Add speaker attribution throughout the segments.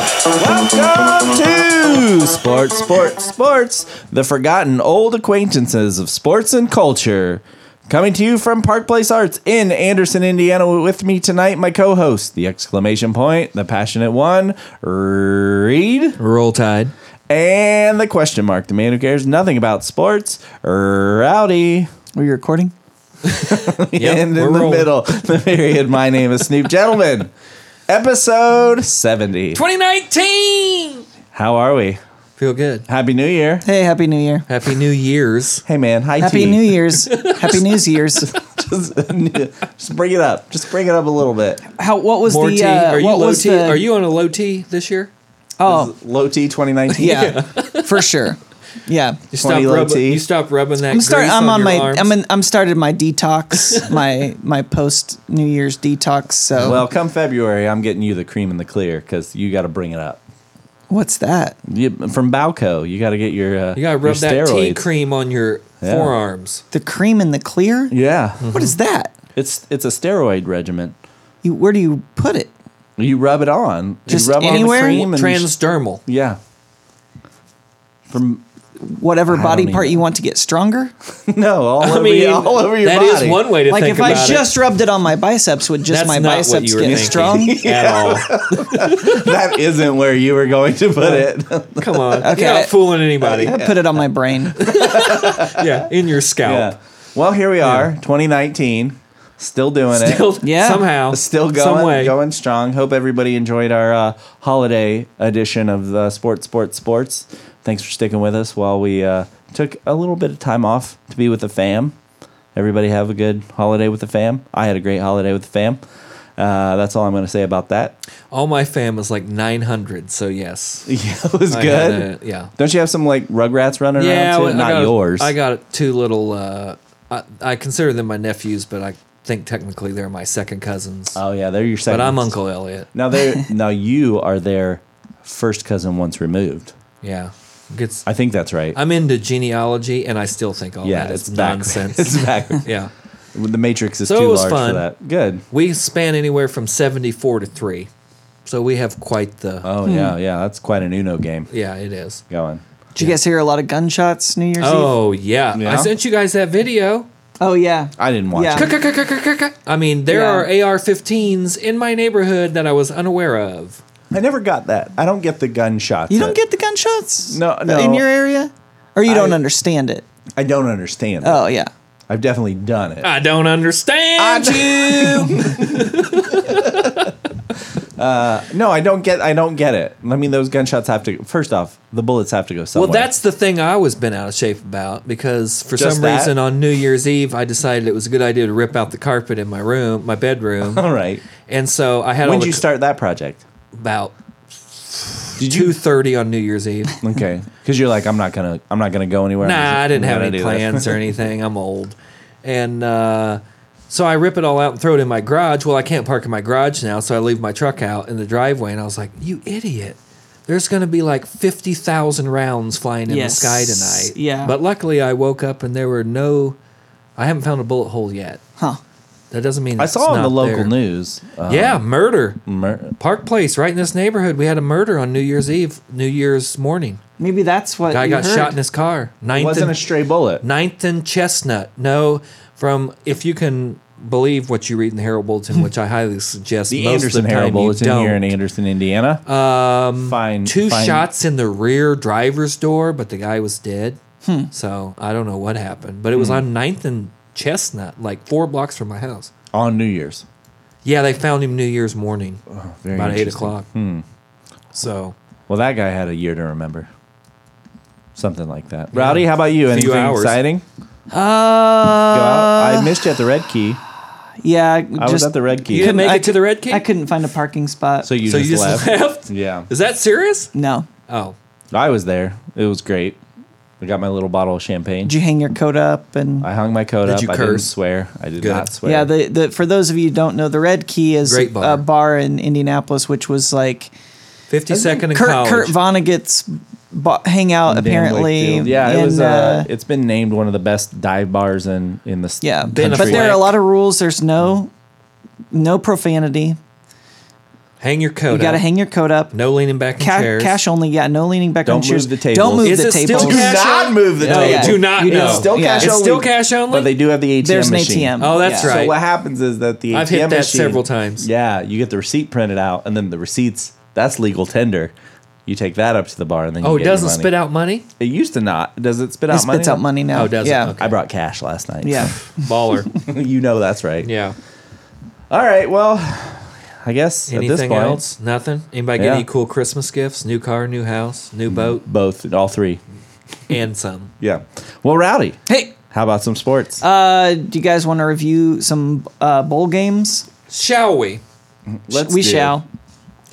Speaker 1: Welcome to Sports, Sports, Sports, the forgotten old acquaintances of sports and culture. Coming to you from Park Place Arts in Anderson, Indiana. With me tonight, my co host, the exclamation point, the passionate one, Reed,
Speaker 2: Roll Tide.
Speaker 1: and the question mark, the man who cares nothing about sports, Rowdy.
Speaker 3: Are you recording?
Speaker 2: Yep,
Speaker 1: and
Speaker 2: we're
Speaker 1: in the
Speaker 2: rolling.
Speaker 1: middle, the period, my name is Snoop. Gentlemen, episode 70.
Speaker 2: 2019.
Speaker 1: How are we?
Speaker 2: Feel good.
Speaker 1: Happy New Year.
Speaker 3: Hey, happy New Year!
Speaker 2: Happy New Year's.
Speaker 1: Hey man, hi
Speaker 3: Happy
Speaker 1: T.
Speaker 3: New Year's! happy New Year's!
Speaker 1: just, just bring it up. Just bring it up a little bit.
Speaker 3: How? What was
Speaker 2: More
Speaker 3: the?
Speaker 2: tea.
Speaker 3: Uh,
Speaker 2: Are you
Speaker 3: what
Speaker 2: low
Speaker 3: was
Speaker 2: tea?
Speaker 3: the?
Speaker 2: Are you on a low tea this year?
Speaker 3: Oh,
Speaker 1: Low T 2019.
Speaker 3: yeah, for sure. Yeah,
Speaker 2: You
Speaker 1: 20 low
Speaker 2: rubbing.
Speaker 1: tea.
Speaker 2: You stop rubbing that.
Speaker 3: I'm starting.
Speaker 2: grease
Speaker 3: I'm on,
Speaker 2: your
Speaker 3: my.
Speaker 2: arms.
Speaker 3: I'm in, I'm started my detox. my my post New Year's detox. So
Speaker 1: Well, come February, I'm getting you the cream in the clear because you got to bring it up.
Speaker 3: what's that?
Speaker 1: You, from Balco, you got to get your uh,
Speaker 2: You gotta rub
Speaker 1: your
Speaker 2: that tea
Speaker 1: steroids.
Speaker 2: cream on your
Speaker 1: Yeah.
Speaker 2: forearms.
Speaker 3: The cream in the clear.
Speaker 1: Yeah,
Speaker 2: Mm-hmm.
Speaker 3: What is that?
Speaker 1: it's it's a steroid regimen.
Speaker 3: You where do you put it?
Speaker 1: You rub it on.
Speaker 3: Just
Speaker 1: you rub on
Speaker 3: anywhere?
Speaker 1: the cream and
Speaker 2: Transdermal.
Speaker 1: yeah. From
Speaker 3: Whatever
Speaker 1: don't
Speaker 3: body part
Speaker 1: even-
Speaker 3: you want to get stronger.
Speaker 1: no, all
Speaker 2: I
Speaker 1: over
Speaker 2: mean,
Speaker 1: your, all over your
Speaker 2: that
Speaker 1: body.
Speaker 2: is one way to
Speaker 3: Like
Speaker 2: think
Speaker 3: if I
Speaker 2: about it.
Speaker 3: just rubbed it on my biceps, would just
Speaker 2: That's
Speaker 3: my
Speaker 2: not what
Speaker 3: biceps
Speaker 2: you
Speaker 3: get
Speaker 2: were thinking
Speaker 3: strong?
Speaker 2: at all.
Speaker 1: that isn't where you were going to put it.
Speaker 2: Come on,
Speaker 3: Okay.
Speaker 2: you're not fooling anybody.
Speaker 3: I put it on my brain.
Speaker 2: yeah, in your scalp.
Speaker 1: yeah. Well, here we are, 2019, still doing it.
Speaker 2: Still,
Speaker 3: Yeah.
Speaker 2: somehow,
Speaker 1: still going,
Speaker 2: some way.
Speaker 1: going strong. Hope everybody enjoyed our uh, holiday edition of the Sports, Sports, Sports. Thanks for sticking with us while we uh, took a little bit of time off to be with the fam. Everybody have a good holiday with the fam. I had a great holiday with the fam. Uh, that's all I'm going to say about that.
Speaker 2: All my fam is like 900, so yes.
Speaker 1: Yeah, it was
Speaker 2: I had
Speaker 1: good.
Speaker 2: a- yeah.
Speaker 1: Don't you have some like Rugrats running
Speaker 2: Yeah,
Speaker 1: around
Speaker 2: I
Speaker 1: too? Not
Speaker 2: got,
Speaker 1: yours.
Speaker 2: I got two little. Uh, I, I consider them my nephews, but I think technically they're my second cousins.
Speaker 1: oh yeah, they're your second.
Speaker 2: but I'm Uncle Elliot.
Speaker 1: Now they now you are their first cousin once removed.
Speaker 2: Yeah, gets.
Speaker 1: I think that's right.
Speaker 2: I'm into genealogy, and I still think all
Speaker 1: yeah,
Speaker 2: that is
Speaker 1: it's backwards.
Speaker 2: nonsense.
Speaker 1: it's backwards.
Speaker 2: yeah,
Speaker 1: The Matrix is
Speaker 2: So it
Speaker 1: too
Speaker 2: was
Speaker 1: large for
Speaker 2: fun.
Speaker 1: that. Good.
Speaker 2: we span anywhere from 74 to three, so we have quite the.
Speaker 1: Oh yeah, yeah. That's quite an Uno game
Speaker 2: Yeah, it is.
Speaker 1: going.
Speaker 3: Did you guys hear a lot of gunshots New Year's Eve?
Speaker 2: Oh yeah. I
Speaker 1: Yeah?
Speaker 2: sent you guys that video.
Speaker 3: Oh yeah.
Speaker 1: I didn't watch
Speaker 3: Yeah.
Speaker 1: it.
Speaker 2: I mean, there
Speaker 3: Yeah.
Speaker 2: are AR-15s in my neighborhood that I was unaware of.
Speaker 1: I never got that. I don't get the gunshot.
Speaker 3: You don't get the gunshots?
Speaker 1: No, no.
Speaker 3: In your area? Or you don't
Speaker 1: I-
Speaker 3: understand it?
Speaker 1: I don't understand. it.
Speaker 3: Oh, yeah.
Speaker 1: I've definitely done it.
Speaker 2: I don't understand you.
Speaker 1: no, I don't get. I don't get it. I mean, those gunshots have to. First off, the bullets have to go somewhere.
Speaker 2: well, that's the thing I always been out of shape about because for
Speaker 1: Just
Speaker 2: some
Speaker 1: that?
Speaker 2: reason on New Year's Eve I decided it was a good idea to rip out the carpet in my room, my bedroom,
Speaker 1: all right.
Speaker 2: and so I had all
Speaker 1: When
Speaker 2: the
Speaker 1: did you
Speaker 2: c-
Speaker 1: start that project?
Speaker 2: about
Speaker 1: Did you?
Speaker 2: two thirty on New Year's Eve.
Speaker 1: Okay, because you're like, I'm not gonna. I'm not gonna go anywhere. I'm just-
Speaker 2: Nah, I didn't
Speaker 1: I'm
Speaker 2: have
Speaker 1: gonna
Speaker 2: any
Speaker 1: do this.
Speaker 2: plans or anything. I'm old. And uh, so I rip it all out and throw it in my garage. Well, I can't park in my garage now, so I leave my truck out in the driveway. And I was like, you idiot. There's going to be like 50,000 rounds flying in
Speaker 3: Yes.
Speaker 2: the sky tonight.
Speaker 3: Yeah.
Speaker 2: But luckily, I woke up and there were no, I haven't found a bullet hole yet.
Speaker 3: Huh.
Speaker 2: That doesn't mean
Speaker 1: I
Speaker 2: it's
Speaker 1: saw on
Speaker 2: not
Speaker 1: the local
Speaker 2: there.
Speaker 1: news. um,
Speaker 2: Yeah, murder.
Speaker 1: mur-
Speaker 2: Park Place, right in this neighborhood. We had a murder on New Year's Eve, New Year's morning.
Speaker 3: Maybe that's what
Speaker 2: Guy
Speaker 3: you
Speaker 2: got
Speaker 3: heard.
Speaker 2: shot in his car.
Speaker 1: it
Speaker 2: Ninth
Speaker 1: wasn't
Speaker 2: and-
Speaker 1: a stray bullet.
Speaker 2: Ninth and Chestnut. No, from if you can believe what you read in the Herald Bulletin, which I highly suggest.
Speaker 1: The
Speaker 2: most
Speaker 1: Anderson
Speaker 2: of the time
Speaker 1: Herald
Speaker 2: you
Speaker 1: Bulletin
Speaker 2: don't.
Speaker 1: here in Anderson, Indiana. Um, fine.
Speaker 2: Two
Speaker 1: fine.
Speaker 2: shots in the rear driver's door, but the guy was dead.
Speaker 1: Hmm.
Speaker 2: So I don't know what happened, but it was on Ninth and Chestnut, like four blocks from my house.
Speaker 1: on New Year's.
Speaker 2: Yeah, they found him New Year's morning,
Speaker 1: Oh, very
Speaker 2: about eight
Speaker 1: interesting. Hmm.
Speaker 2: o'clock. So
Speaker 1: Well, that guy had a year to remember. Something like that. Rowdy, how about you?
Speaker 2: Few
Speaker 1: Anything
Speaker 2: hours.
Speaker 1: exciting? Go out? I
Speaker 3: Uh,
Speaker 1: missed you at the Red Key,
Speaker 3: yeah. I
Speaker 1: was at the Red Key. You
Speaker 2: didn't make
Speaker 3: I,
Speaker 2: it to the Red Key?
Speaker 3: I couldn't find a parking spot.
Speaker 1: so you
Speaker 2: so
Speaker 1: just
Speaker 2: you just
Speaker 1: left.
Speaker 2: left?
Speaker 1: Yeah,
Speaker 2: Is that serious?
Speaker 3: no.
Speaker 2: Oh,
Speaker 1: I was there. It was great. I got my little bottle of champagne.
Speaker 3: Did you hang your coat up and.
Speaker 1: I hung my coat
Speaker 2: Did
Speaker 1: up.
Speaker 2: you
Speaker 1: I didn't
Speaker 2: curse?
Speaker 1: swear. I did
Speaker 2: Good.
Speaker 1: not swear.
Speaker 3: yeah, the, the for those of you who don't know, the Red Key is
Speaker 2: Great bar.
Speaker 3: a bar in Indianapolis, which was like
Speaker 2: 52nd and
Speaker 3: Kurt,
Speaker 2: college.
Speaker 3: Kurt Vonnegut's bo- hangout,
Speaker 1: Dan
Speaker 3: apparently.
Speaker 1: Wakefield. Yeah, it
Speaker 3: and,
Speaker 1: was. Uh, it's been named one of the best dive bars in in the s-
Speaker 3: Yeah,
Speaker 1: country.
Speaker 3: but there are a
Speaker 2: flank.
Speaker 3: lot of rules. There's no no profanity.
Speaker 2: Hang your coat.
Speaker 3: You got to
Speaker 2: up.
Speaker 3: hang your coat up.
Speaker 2: No leaning back in
Speaker 3: Ca-
Speaker 2: chairs.
Speaker 3: cash only. Yeah, no leaning back
Speaker 1: Don't
Speaker 3: on
Speaker 1: move
Speaker 3: chairs.
Speaker 1: the tables.
Speaker 3: Don't move
Speaker 2: Is
Speaker 3: the
Speaker 2: it still
Speaker 3: tables.
Speaker 1: Do
Speaker 2: Cash
Speaker 1: not
Speaker 2: only?
Speaker 1: move the
Speaker 2: No,
Speaker 1: table.
Speaker 3: you do
Speaker 2: not
Speaker 1: It's
Speaker 2: know.
Speaker 1: Still
Speaker 3: Yeah.
Speaker 1: cash
Speaker 3: It's
Speaker 1: only.
Speaker 2: still cash only?
Speaker 1: But they do have the ATM
Speaker 3: There's an
Speaker 1: machine.
Speaker 3: ATM.
Speaker 2: Oh, that's
Speaker 3: Yeah.
Speaker 1: So
Speaker 2: right.
Speaker 1: what happens is that the
Speaker 2: I've
Speaker 1: ATM
Speaker 2: hit that
Speaker 1: machine-
Speaker 2: several times.
Speaker 1: Yeah, you get the receipt printed out, and then the receipts. That's legal tender. You take that up to the bar, and then you
Speaker 2: Oh, it
Speaker 1: get your
Speaker 2: doesn't
Speaker 1: money.
Speaker 2: spit out money.
Speaker 1: It used to not. Does it spit
Speaker 3: It
Speaker 1: out money?
Speaker 3: spits out money now.
Speaker 2: Oh, does it?
Speaker 3: yeah.
Speaker 2: Okay.
Speaker 1: I brought cash last night.
Speaker 3: Yeah.
Speaker 2: Baller.
Speaker 1: you know that's right.
Speaker 2: yeah.
Speaker 1: All right. Well, I guess at this
Speaker 2: Anything
Speaker 1: point,
Speaker 2: else? Nothing. Anybody get
Speaker 1: Yeah.
Speaker 2: any cool Christmas gifts? New car, new house, new boat,
Speaker 1: both, all three.
Speaker 2: and some.
Speaker 1: Yeah. Well, Rowdy,
Speaker 3: Hey,
Speaker 1: how about some sports?
Speaker 3: uh, do you guys want to review some uh, bowl games?
Speaker 2: Shall we?
Speaker 1: Let's
Speaker 3: we
Speaker 1: do.
Speaker 3: shall.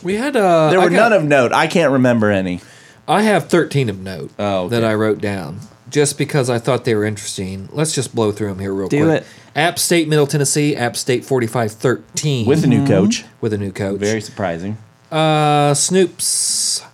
Speaker 2: We had uh
Speaker 1: There
Speaker 2: I
Speaker 1: were
Speaker 2: got-
Speaker 1: none of note. I can't remember any.
Speaker 2: I have 13 of note
Speaker 1: Oh, okay.
Speaker 2: that I wrote down just because I thought they were interesting. Let's just blow through them here real
Speaker 3: Do
Speaker 2: quick.
Speaker 3: it.
Speaker 2: App State, Middle Tennessee, App State 45 13
Speaker 1: With the new coach,
Speaker 2: with a new coach.
Speaker 1: very surprising.
Speaker 2: Uh, Snoops,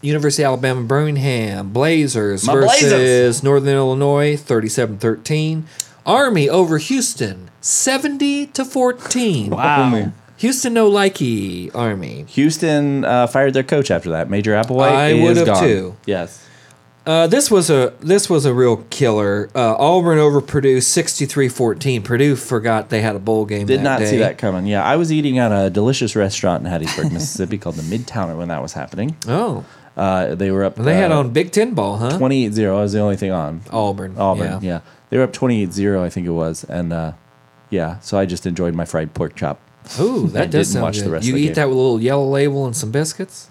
Speaker 2: University of Alabama, Birmingham, Blazers
Speaker 1: My
Speaker 2: versus
Speaker 1: Blazers.
Speaker 2: Northern Illinois 37 13. Army over Houston 70 to 14.
Speaker 1: Wow.
Speaker 2: Houston no likey Army.
Speaker 1: Houston uh, fired their coach after that. Major Applewhite
Speaker 2: I
Speaker 1: is
Speaker 2: would have
Speaker 1: gone.
Speaker 2: too.
Speaker 1: Yes.
Speaker 2: Uh, this was a this was a real killer. Uh, Auburn over Purdue 63-14. Purdue forgot they had a bowl game.
Speaker 1: Did not see
Speaker 2: day.
Speaker 1: that coming. Yeah, I was eating at a delicious restaurant in Hattiesburg, Mississippi called the Midtowner when that was happening.
Speaker 2: Oh,
Speaker 1: Uh, they were up.
Speaker 2: they had
Speaker 1: uh,
Speaker 2: on Big Ten ball, huh?
Speaker 1: 28 0. was the only thing on.
Speaker 2: Auburn.
Speaker 1: Auburn, yeah. They were up 28 0, I think it was. And uh, yeah, so I just enjoyed my fried pork chop.
Speaker 2: Ooh,
Speaker 1: I
Speaker 2: that
Speaker 1: didn't
Speaker 2: does sound
Speaker 1: watch the
Speaker 2: good.
Speaker 1: rest of
Speaker 2: you
Speaker 1: the
Speaker 2: eat
Speaker 1: game.
Speaker 2: that with a little yellow label and some biscuits.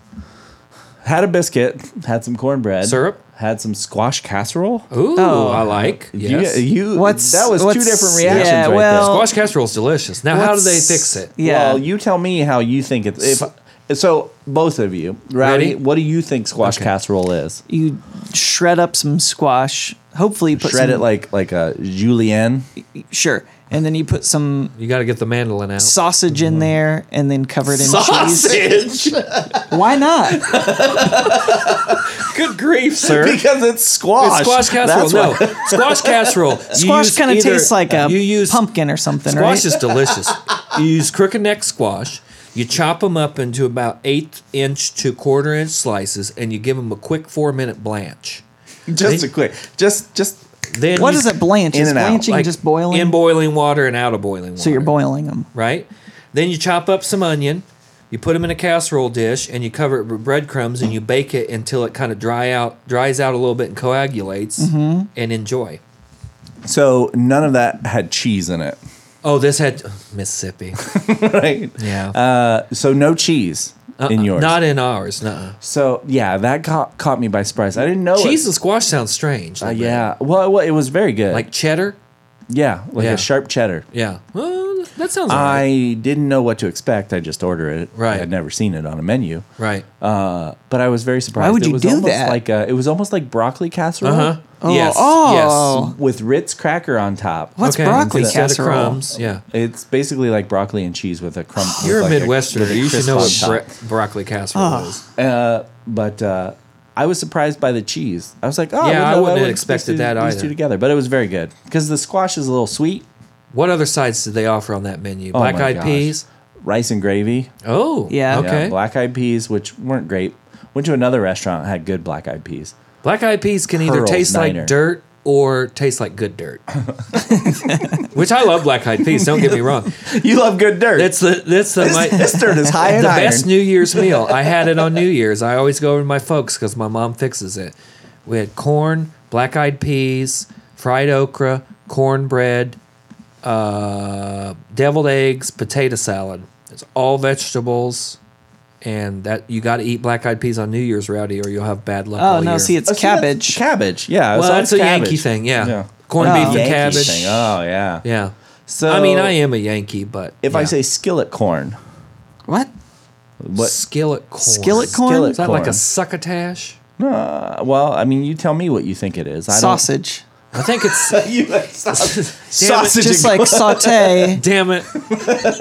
Speaker 1: Had a biscuit, had some cornbread,
Speaker 2: Syrup?
Speaker 1: had some squash casserole.
Speaker 2: Ooh,
Speaker 3: Oh.
Speaker 2: I like.
Speaker 1: You-
Speaker 2: Yes.
Speaker 1: you,
Speaker 3: What's-
Speaker 1: that was two
Speaker 3: what's-
Speaker 1: different reactions.
Speaker 3: yeah,
Speaker 1: right there.
Speaker 3: well-
Speaker 2: Squash casserole is delicious. Now, how do they
Speaker 3: Oh. What's-
Speaker 2: fix it?
Speaker 3: Yeah.
Speaker 1: Well, you tell me how you think it. If so, both of you, Rowdy,
Speaker 2: Ready?
Speaker 1: what do you think squash
Speaker 2: Okay.
Speaker 1: casserole is?
Speaker 3: you shred up some squash. Hopefully, you put
Speaker 1: Shred
Speaker 3: some,
Speaker 1: it like like a julienne.
Speaker 3: sure, and then you put some
Speaker 2: You got to get the mandolin out.
Speaker 3: sausage
Speaker 2: Mm-hmm.
Speaker 3: in there, and then cover it in cheese. Why not?
Speaker 2: Good grief, sir.
Speaker 1: because it's squash.
Speaker 2: It's squash casserole.
Speaker 1: That's
Speaker 2: No,
Speaker 1: why-
Speaker 2: squash casserole. You
Speaker 3: Squash
Speaker 2: use
Speaker 3: kind of
Speaker 2: either-
Speaker 3: tastes like a
Speaker 2: you use
Speaker 3: pumpkin or something,
Speaker 2: Squash
Speaker 3: right?
Speaker 2: is delicious. you use crooked neck squash. You chop them up into about eighth inch to quarter inch slices, and you give them a quick four minute blanch.
Speaker 1: just a quick, just just
Speaker 2: Then
Speaker 3: what
Speaker 2: you-
Speaker 3: is it blanch?
Speaker 1: in
Speaker 3: Is
Speaker 1: and out,
Speaker 3: blanching
Speaker 2: like,
Speaker 3: just boiling?
Speaker 2: in boiling water and out of boiling water.
Speaker 3: so you're boiling them.
Speaker 2: right? Then you chop up some onion, you put them in a casserole dish, and you cover it with breadcrumbs, and you bake it until it kind of dry out, dries out a little bit, and coagulates,
Speaker 1: Mm-hmm.
Speaker 2: and enjoy.
Speaker 1: so none of that had cheese in it,
Speaker 2: Oh, this had Mississippi.
Speaker 1: right?
Speaker 2: Yeah. Uh,
Speaker 1: Uh, so no cheese in yours.
Speaker 2: Not in ours. nuh
Speaker 1: so yeah, that caught, caught me by surprise. I didn't know Oh, it-
Speaker 2: Cheese and squash sounds strange.
Speaker 1: Uh, yeah, well, well, it was very good.
Speaker 2: Like cheddar.
Speaker 1: yeah, like
Speaker 2: Yeah.
Speaker 1: a sharp cheddar.
Speaker 2: Yeah. Well, that sounds. alright.
Speaker 1: I didn't know what to expect. I just ordered it.
Speaker 2: Right.
Speaker 1: I had never seen it on a menu.
Speaker 2: Right.
Speaker 1: Uh, but I was very surprised.
Speaker 3: would
Speaker 1: it
Speaker 3: you
Speaker 1: was
Speaker 3: do
Speaker 1: almost
Speaker 3: that?
Speaker 1: Like uh it was almost like broccoli casserole
Speaker 2: Uh huh.
Speaker 3: Oh,
Speaker 2: yes.
Speaker 3: oh.
Speaker 1: with Ritz cracker on top. Um,
Speaker 3: What's
Speaker 2: Yes. Okay.
Speaker 3: broccoli
Speaker 2: Instead of
Speaker 3: casserole?
Speaker 2: crumbs, Yeah.
Speaker 1: It's basically like broccoli and cheese with a crumb. with
Speaker 2: You're
Speaker 1: like
Speaker 2: a Midwesterner.
Speaker 1: with a
Speaker 2: you should
Speaker 1: crisp
Speaker 2: know
Speaker 1: on
Speaker 2: what
Speaker 1: top.
Speaker 2: bro- broccoli casserole is.
Speaker 1: Uh, but uh, I was surprised by the cheese. I was like, oh,
Speaker 2: Yeah, I
Speaker 1: know,
Speaker 2: wouldn't have
Speaker 1: would-
Speaker 2: expected
Speaker 1: these two-
Speaker 2: that
Speaker 1: these
Speaker 2: either.
Speaker 1: two together, but it was very good because the squash is a little sweet.
Speaker 2: What other sides did they offer on that menu?
Speaker 1: Oh
Speaker 2: Black
Speaker 1: my
Speaker 2: eyed
Speaker 1: gosh.
Speaker 2: peas.
Speaker 1: Rice and gravy.
Speaker 2: Oh,
Speaker 3: Yeah.
Speaker 1: Yeah,
Speaker 2: Okay. black-,
Speaker 1: black eyed peas, which weren't great. Went to another restaurant had good black eyed peas.
Speaker 2: eyed peas can either
Speaker 1: Pearl
Speaker 2: taste
Speaker 1: Niner.
Speaker 2: like dirt or taste like good dirt. Which I love black eyed peas. Don't get me wrong.
Speaker 1: You love good dirt.
Speaker 2: That's the that's the my,
Speaker 1: this dirt is high in
Speaker 2: the
Speaker 1: iron.
Speaker 2: best New Year's meal. I had it on New Year's. I always go over to my folks because my mom fixes it. We had corn, black eyed peas, fried okra, cornbread, uh, deviled eggs, potato salad. It's all vegetables. And that you got to eat black eyed peas on New Year's, Rowdy, or you'll have bad luck.
Speaker 3: Oh
Speaker 2: all
Speaker 3: no!
Speaker 2: year.
Speaker 3: See, it's
Speaker 1: Oh, see, that's
Speaker 3: cabbage.
Speaker 1: Cabbage. Yeah.
Speaker 2: well,
Speaker 1: so
Speaker 2: that's a
Speaker 1: it's cabbage.
Speaker 2: Yankee thing, yeah.
Speaker 1: Yeah.
Speaker 2: Corned
Speaker 3: Oh.
Speaker 2: beef and
Speaker 1: Yankee
Speaker 2: cabbage.
Speaker 1: thing. Oh yeah.
Speaker 2: Yeah.
Speaker 1: So
Speaker 2: I mean, I am a Yankee, but
Speaker 1: If I
Speaker 2: yeah.
Speaker 1: say skillet corn,
Speaker 3: What?
Speaker 1: what?
Speaker 2: skillet corn,
Speaker 3: Skillet corn?
Speaker 1: Skillet
Speaker 2: is that like
Speaker 1: corn.
Speaker 2: a succotash?
Speaker 1: Uh, well, I mean, you tell me what you think it is. I don't-
Speaker 3: Sausage.
Speaker 2: I think it's
Speaker 1: You like sausage.
Speaker 2: Sausage
Speaker 3: Just like saute.
Speaker 2: Damn it.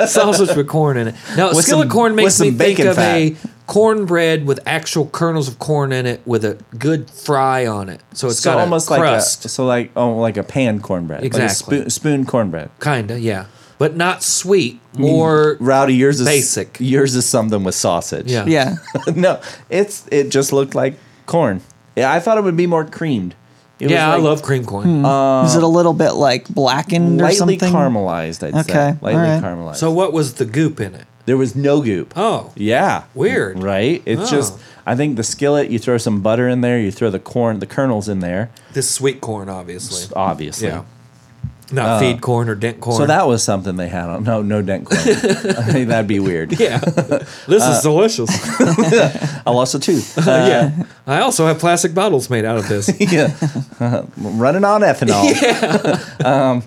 Speaker 2: Sausage with corn in it. Now,
Speaker 1: With
Speaker 2: skillet
Speaker 1: some-
Speaker 2: corn
Speaker 1: with
Speaker 2: makes
Speaker 1: some
Speaker 2: me think
Speaker 1: bacon
Speaker 2: of a cornbread with actual kernels of corn in it with a good fry on it. So it's
Speaker 1: So
Speaker 2: got
Speaker 1: almost
Speaker 2: a
Speaker 1: like a
Speaker 2: crust.
Speaker 1: so like oh like a pan cornbread. Like a
Speaker 2: Exactly.
Speaker 1: spoon, spoon cornbread.
Speaker 2: Kinda, yeah. but not sweet
Speaker 1: Mm.
Speaker 2: or
Speaker 1: Rowdy, yours is
Speaker 2: Basic.
Speaker 1: Yours is something with sausage.
Speaker 2: Yeah.
Speaker 3: Yeah.
Speaker 1: no, it's it just looked like corn. Yeah, I thought it would be more creamed. It
Speaker 2: yeah.
Speaker 1: was Uh,
Speaker 2: I
Speaker 1: like
Speaker 2: love cream corn.
Speaker 3: Is it a little bit like blackened or
Speaker 1: lightly
Speaker 3: something?
Speaker 1: caramelized. I'd say
Speaker 3: Okay,
Speaker 1: lightly
Speaker 3: alright.
Speaker 1: caramelized.
Speaker 2: So what was the goop in it?
Speaker 1: there was no goop.
Speaker 2: Oh,
Speaker 1: Yeah.
Speaker 2: Weird.
Speaker 1: Right? It's
Speaker 2: Oh.
Speaker 1: just I think the skillet, you throw some butter in there, you throw the corn, the kernels in there,
Speaker 2: this sweet corn, obviously.
Speaker 1: obviously.
Speaker 2: Yeah. Not feed corn or dent corn.
Speaker 1: Uh, So that was something they had on. No, no dent corn. I mean, that'd be weird.
Speaker 2: Yeah. this
Speaker 1: Uh,
Speaker 2: is delicious.
Speaker 1: I lost a tooth. Uh,
Speaker 2: yeah. I also have plastic bottles made out of this.
Speaker 1: yeah. running on ethanol. um,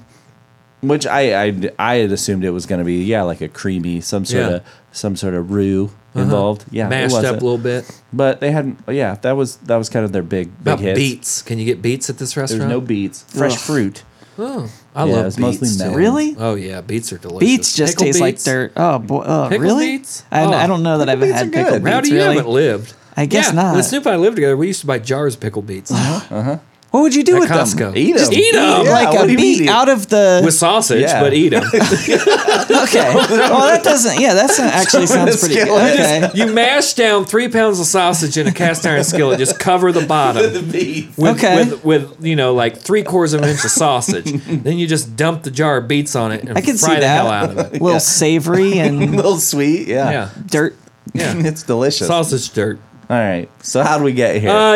Speaker 1: which I, I I had assumed it was going to be yeah like a creamy some sort
Speaker 2: Yeah. Uh-huh.
Speaker 1: of some sort of roux involved. Yeah, it
Speaker 2: Mashed up a
Speaker 1: wasn't.
Speaker 2: little bit.
Speaker 1: But they hadn't. Yeah, that was that was kind of their big big
Speaker 2: About
Speaker 1: hit.
Speaker 2: beets. Can you get beets at this
Speaker 1: There
Speaker 2: restaurant?
Speaker 1: was no beets. Fresh
Speaker 3: Ugh.
Speaker 1: fruit.
Speaker 2: Oh, I
Speaker 1: Yeah,
Speaker 2: love
Speaker 1: it was
Speaker 2: beets.
Speaker 1: mostly
Speaker 2: too.
Speaker 1: melon.
Speaker 3: Really?
Speaker 2: Oh yeah, beets are delicious.
Speaker 3: Beets just
Speaker 2: Pickled
Speaker 3: taste like
Speaker 2: beets?
Speaker 3: dirt. Oh boy. Oh,
Speaker 2: Pickled
Speaker 3: really?
Speaker 2: beets?
Speaker 3: I,
Speaker 2: Oh.
Speaker 3: I don't know that I've
Speaker 1: Pickled
Speaker 3: had
Speaker 1: beets are good.
Speaker 3: pickled beets.
Speaker 2: Rowdy, you
Speaker 3: really.
Speaker 2: haven't lived.
Speaker 3: I guess
Speaker 2: yeah,
Speaker 3: not.
Speaker 2: When Snoop and I lived together, we used to buy jars of pickled beets
Speaker 3: What would you do
Speaker 2: at
Speaker 3: with
Speaker 2: Costco.
Speaker 3: them?
Speaker 1: Eat 'em.
Speaker 2: Just eat them.
Speaker 1: Yeah,
Speaker 3: like
Speaker 1: what
Speaker 3: a
Speaker 1: do you mean
Speaker 3: beet
Speaker 1: eat 'em?
Speaker 3: out of the.
Speaker 2: With sausage,
Speaker 1: Yeah.
Speaker 2: but eat them.
Speaker 3: okay. well, that doesn't. Yeah, that sound- actually sounds pretty.
Speaker 1: skillet.
Speaker 3: Okay.
Speaker 2: you mash down three pounds of sausage in a cast iron skillet. Just cover the bottom.
Speaker 1: beets.
Speaker 2: with,
Speaker 3: Okay.
Speaker 2: with, with you know like three quarters of an inch of sausage. then you just dump the jar of beets on it and
Speaker 3: I can see
Speaker 2: fry the
Speaker 3: that.
Speaker 2: hell out of it.
Speaker 3: little savory
Speaker 1: a
Speaker 3: and
Speaker 1: little sweet. Yeah.
Speaker 2: Yeah,
Speaker 3: dirt.
Speaker 2: yeah,
Speaker 1: It's delicious.
Speaker 2: sausage dirt.
Speaker 1: All right. So how do we get here?
Speaker 2: Uh,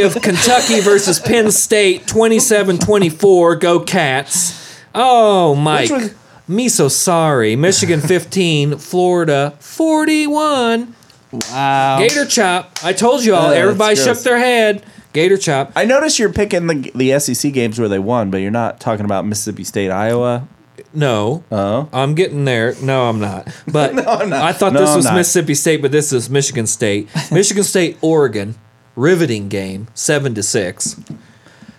Speaker 2: of Kentucky versus Penn State, 27-24. Go Cats! Oh, Mike,
Speaker 1: was-
Speaker 2: me so sorry. Michigan fifteen, Florida forty-one.
Speaker 3: Wow.
Speaker 2: Gator chop. I told you all.
Speaker 1: Oh, that's
Speaker 2: everybody
Speaker 1: gross.
Speaker 2: shook their head. Gator chop.
Speaker 1: I noticed you're picking the the SEC games where they won, but you're not talking about Mississippi State, Iowa.
Speaker 2: No.
Speaker 1: Oh.
Speaker 2: I'm getting there. No, I'm not. But
Speaker 1: I'm not.
Speaker 2: I thought
Speaker 1: No,
Speaker 2: this
Speaker 1: I'm
Speaker 2: was
Speaker 1: not.
Speaker 2: Mississippi State, but this is Michigan State. Michigan State, Oregon, riveting game, seven to six.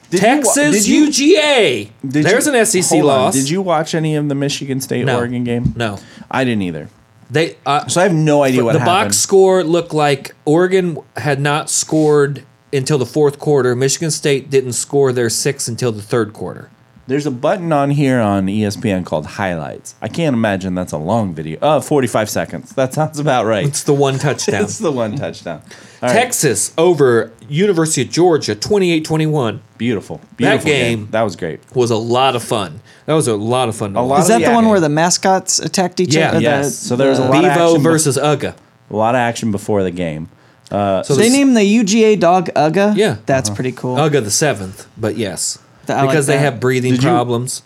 Speaker 1: Did you wa-
Speaker 2: Texas,
Speaker 1: did you-
Speaker 2: UGA.
Speaker 1: did
Speaker 2: There's
Speaker 1: you-
Speaker 2: an SEC
Speaker 1: hold on.
Speaker 2: loss.
Speaker 1: Did you watch any of the Michigan State
Speaker 2: No.
Speaker 1: Oregon game?
Speaker 2: No,
Speaker 1: I didn't either.
Speaker 2: they. Uh,
Speaker 1: So I have no idea what
Speaker 2: the
Speaker 1: happened.
Speaker 2: box score looked like Oregon had not scored until the fourth quarter. Michigan State didn't score their six until the third quarter.
Speaker 1: There's a button on here on E ESPN called highlights. I can't imagine that's a long video. Uh, 45 seconds. That sounds about right.
Speaker 2: It's the one touchdown.
Speaker 1: It's the one touchdown. All right.
Speaker 2: Texas over University of Georgia, 28-21.
Speaker 1: Beautiful. Beautiful
Speaker 2: game-
Speaker 1: That was great.
Speaker 2: was a lot of fun. That was a lot of fun. to
Speaker 1: A
Speaker 2: watch.
Speaker 1: lot
Speaker 3: Is that
Speaker 1: Yeah.
Speaker 3: the one where the mascots attacked each
Speaker 2: Yeah.
Speaker 3: other?
Speaker 1: Yes.
Speaker 3: The-
Speaker 1: So there was a
Speaker 3: the-
Speaker 1: lot of
Speaker 2: Bevo
Speaker 1: action be-
Speaker 2: versus Uga.
Speaker 1: A lot of action before the game. Uh,
Speaker 2: So
Speaker 3: They
Speaker 2: this-
Speaker 3: named the UGA dog Uga.
Speaker 2: Yeah.
Speaker 1: Uh-huh.
Speaker 3: that's pretty cool.
Speaker 2: Uga the seventh, but yes,
Speaker 3: Th- I like
Speaker 2: because they
Speaker 3: that.
Speaker 2: have breathing
Speaker 1: Did you-
Speaker 2: problems,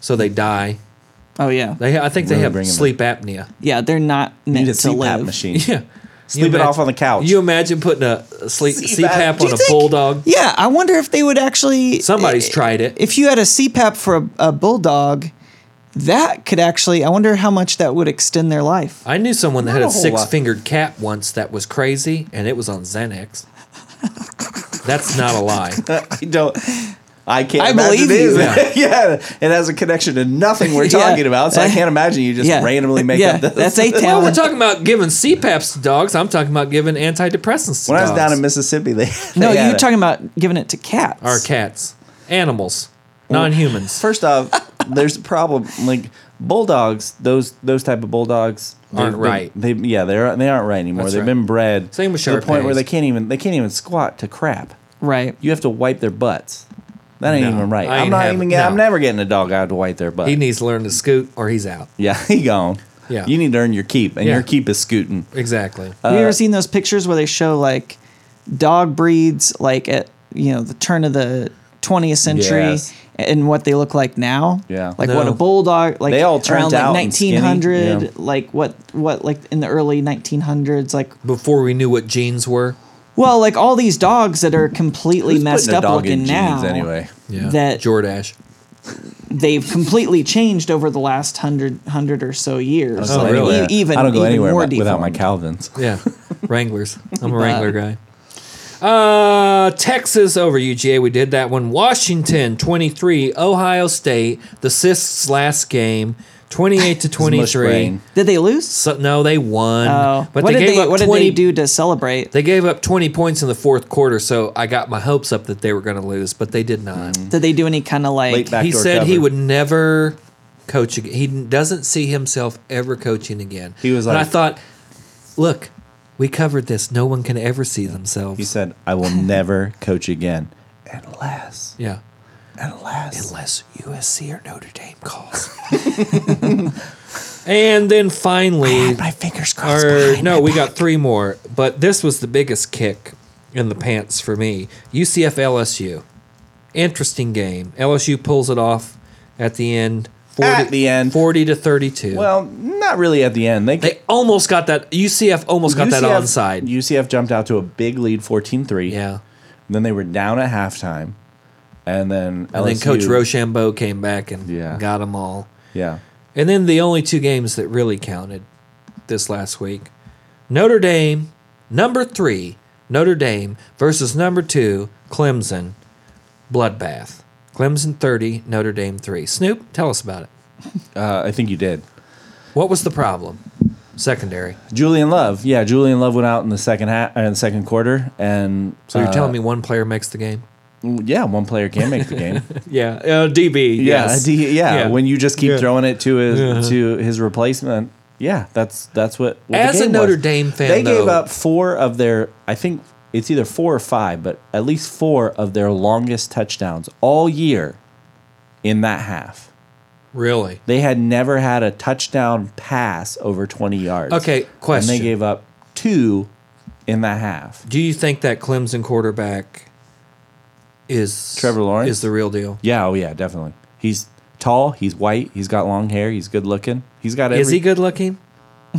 Speaker 2: so they die.
Speaker 3: Oh yeah,
Speaker 2: They, I think they
Speaker 1: Really bring
Speaker 2: have
Speaker 1: 'em in.
Speaker 2: sleep apnea.
Speaker 3: yeah. They're not meant
Speaker 1: Need a
Speaker 3: to
Speaker 1: CPAP
Speaker 3: live.
Speaker 1: machine.
Speaker 2: Yeah,
Speaker 1: Sleep it off on the couch.
Speaker 2: You imagine putting a a sleep
Speaker 1: CPAP.
Speaker 2: CPAP,
Speaker 1: Do
Speaker 2: on
Speaker 1: you
Speaker 2: a
Speaker 1: think-
Speaker 2: bulldog?
Speaker 3: Yeah, I wonder if they would actually.
Speaker 2: Somebody's
Speaker 3: i-
Speaker 2: tried it.
Speaker 3: If you had a CPAP for a, a bulldog, that could actually. I wonder how much that would extend their life.
Speaker 2: I knew someone that had
Speaker 1: Not
Speaker 2: a,
Speaker 1: a whole lot.
Speaker 2: six-fingered cat once that was crazy, and it was on Xanax. That's not a lie.
Speaker 1: I don't. I can't.
Speaker 3: I
Speaker 1: imagine
Speaker 3: believe
Speaker 1: it
Speaker 3: you.
Speaker 1: is. Yeah. it has a connection to nothing we're
Speaker 3: Yeah.
Speaker 1: talking about, so I can't imagine you just
Speaker 3: yeah,
Speaker 1: randomly make
Speaker 3: yeah,
Speaker 1: up this.
Speaker 3: That's a
Speaker 2: Well, we're
Speaker 3: talent.
Speaker 2: talking about giving CPAPs to dogs. I'm talking about giving antidepressants. To
Speaker 1: when I
Speaker 2: dogs.
Speaker 1: was down in Mississippi, they,
Speaker 3: no,
Speaker 1: they had
Speaker 3: you're
Speaker 1: it.
Speaker 3: talking about giving it to cats.
Speaker 2: are cats, animals, non-humans.
Speaker 1: First off, there's a problem. Like bulldogs, those those type of bulldogs they've
Speaker 2: Aren't
Speaker 1: been-
Speaker 2: right.
Speaker 1: They yeah, they're they aren't right anymore.
Speaker 2: That's
Speaker 1: They've
Speaker 2: right.
Speaker 1: been bred
Speaker 2: Same with
Speaker 1: to the
Speaker 2: Shar
Speaker 1: point where
Speaker 2: Pays.
Speaker 1: they can't even they can't even squat to crap.
Speaker 3: right.
Speaker 1: You have to wipe their butts. That ain't
Speaker 2: No,
Speaker 1: even right.
Speaker 2: I
Speaker 1: I'm
Speaker 2: ain't
Speaker 1: not
Speaker 2: having-
Speaker 1: even. Get, I'm
Speaker 2: no.
Speaker 1: never getting a dog out to wipe their butt.
Speaker 2: He needs to learn to scoot, or he's out.
Speaker 1: yeah, he gone.
Speaker 2: Yeah.
Speaker 1: You need to earn your keep, and
Speaker 2: Yeah.
Speaker 1: your keep is scooting.
Speaker 2: Exactly.
Speaker 1: Uh,
Speaker 3: Have you ever seen those pictures where they show like dog breeds like at you know the turn of the 20th century
Speaker 1: Yes.
Speaker 3: and what they look like now?
Speaker 1: Yeah.
Speaker 3: like
Speaker 2: No.
Speaker 3: what a bulldog like
Speaker 1: They all
Speaker 3: around
Speaker 1: turned
Speaker 3: like
Speaker 1: out and skinny,
Speaker 3: 1900,
Speaker 1: yeah.
Speaker 3: like what what like in the early 1900s, like
Speaker 2: Before we knew what genes were,
Speaker 3: well, like all these dogs that are completely
Speaker 1: Who's
Speaker 3: messed
Speaker 1: putting a
Speaker 3: up
Speaker 1: dog in
Speaker 3: looking
Speaker 1: jeans
Speaker 3: now.
Speaker 1: anyway?
Speaker 2: yeah,
Speaker 3: That-
Speaker 2: Jordash.
Speaker 3: they've completely changed over the last hundred hundred or so years.
Speaker 2: Oh,
Speaker 3: like,
Speaker 2: really?
Speaker 3: e- even
Speaker 1: I don't go
Speaker 3: even
Speaker 1: anywhere
Speaker 3: more
Speaker 1: wi- without my
Speaker 3: deformed.
Speaker 1: Calvins.
Speaker 2: Yeah, Wranglers. I'm a Wrangler guy. Uh, Texas over UGA. We did that one. Washington 23, Ohio State. The Sists last game, 28 to
Speaker 1: mush
Speaker 2: 23.
Speaker 1: brain.
Speaker 3: Did they lose?
Speaker 2: So, no, they won.
Speaker 3: Oh,
Speaker 2: but
Speaker 3: what
Speaker 2: they
Speaker 3: did
Speaker 2: gave
Speaker 3: they
Speaker 2: up
Speaker 3: what
Speaker 2: 20
Speaker 3: did they do to celebrate?
Speaker 2: They gave up 20 points in the fourth quarter, so I got my hopes up
Speaker 3: Mm.
Speaker 2: that they were going to lose, but they did not.
Speaker 3: Did they do any kind of like
Speaker 1: Late back-
Speaker 2: He
Speaker 1: Backdoor
Speaker 2: said he
Speaker 1: cover.
Speaker 2: would never coach again. He doesn't see himself ever coaching again.
Speaker 1: He was
Speaker 2: and I
Speaker 1: like-
Speaker 2: thought, look, we covered this. No one can ever see themselves.
Speaker 1: He said, I will never coach again. Unless,
Speaker 2: yeah,
Speaker 1: unless.
Speaker 2: unless USC or Notre Dame calls. and then finally,
Speaker 1: My fingers crossed.
Speaker 2: Or, no, we got three more, but this was the biggest kick in the pants for me. UCF LSU. Interesting game. LSU pulls it off at the end. 40,
Speaker 1: At the end.
Speaker 2: 40 to 32.
Speaker 1: Well, not really at the end. They,
Speaker 2: they almost got that. UCF almost got that
Speaker 1: UCF
Speaker 2: onside.
Speaker 1: UCF jumped out to a big lead 14 3.
Speaker 2: yeah.
Speaker 1: Then they were down at halftime. And then
Speaker 2: And then
Speaker 1: LSU
Speaker 2: Coach Rochambeau came back and
Speaker 1: Yeah.
Speaker 2: got them all.
Speaker 1: Yeah.
Speaker 2: And then the only two games that really counted this last week Notre Dame, number three, Notre Dame versus number two, Clemson, bloodbath. Clemson 30, Notre Dame 3. Snoop, tell us about it.
Speaker 1: Uh, I think you did.
Speaker 2: What was the problem? Secondary.
Speaker 1: Julian Love. Yeah, Julian Love went out in the second half in the second quarter and uh,
Speaker 2: So you're telling me one player makes the game?
Speaker 1: yeah, one player can make the game.
Speaker 2: Yeah. Uh, DB.
Speaker 1: Yeah,
Speaker 2: yes.
Speaker 1: D- yeah,
Speaker 2: Yeah.
Speaker 1: When you just keep
Speaker 2: Yeah.
Speaker 1: throwing it to his to his replacement, yeah, that's that's what. what the
Speaker 2: As a
Speaker 1: game
Speaker 2: Notre
Speaker 1: was.
Speaker 2: Dame fan,
Speaker 1: they gave
Speaker 2: though-
Speaker 1: up four of their. I think it's either four or five, but at least four of their longest touchdowns all year in that half.
Speaker 2: Really?
Speaker 1: They had never had a touchdown pass over twenty yards.
Speaker 2: Okay, question.
Speaker 1: And they gave up two in that half.
Speaker 2: Do you think that Clemson quarterback is
Speaker 1: Trevor Lawrence?
Speaker 2: is the real deal?
Speaker 1: Yeah. Oh yeah. Definitely. He's tall. He's white. He's got long hair. He's good looking. He's got every.
Speaker 2: is he good looking?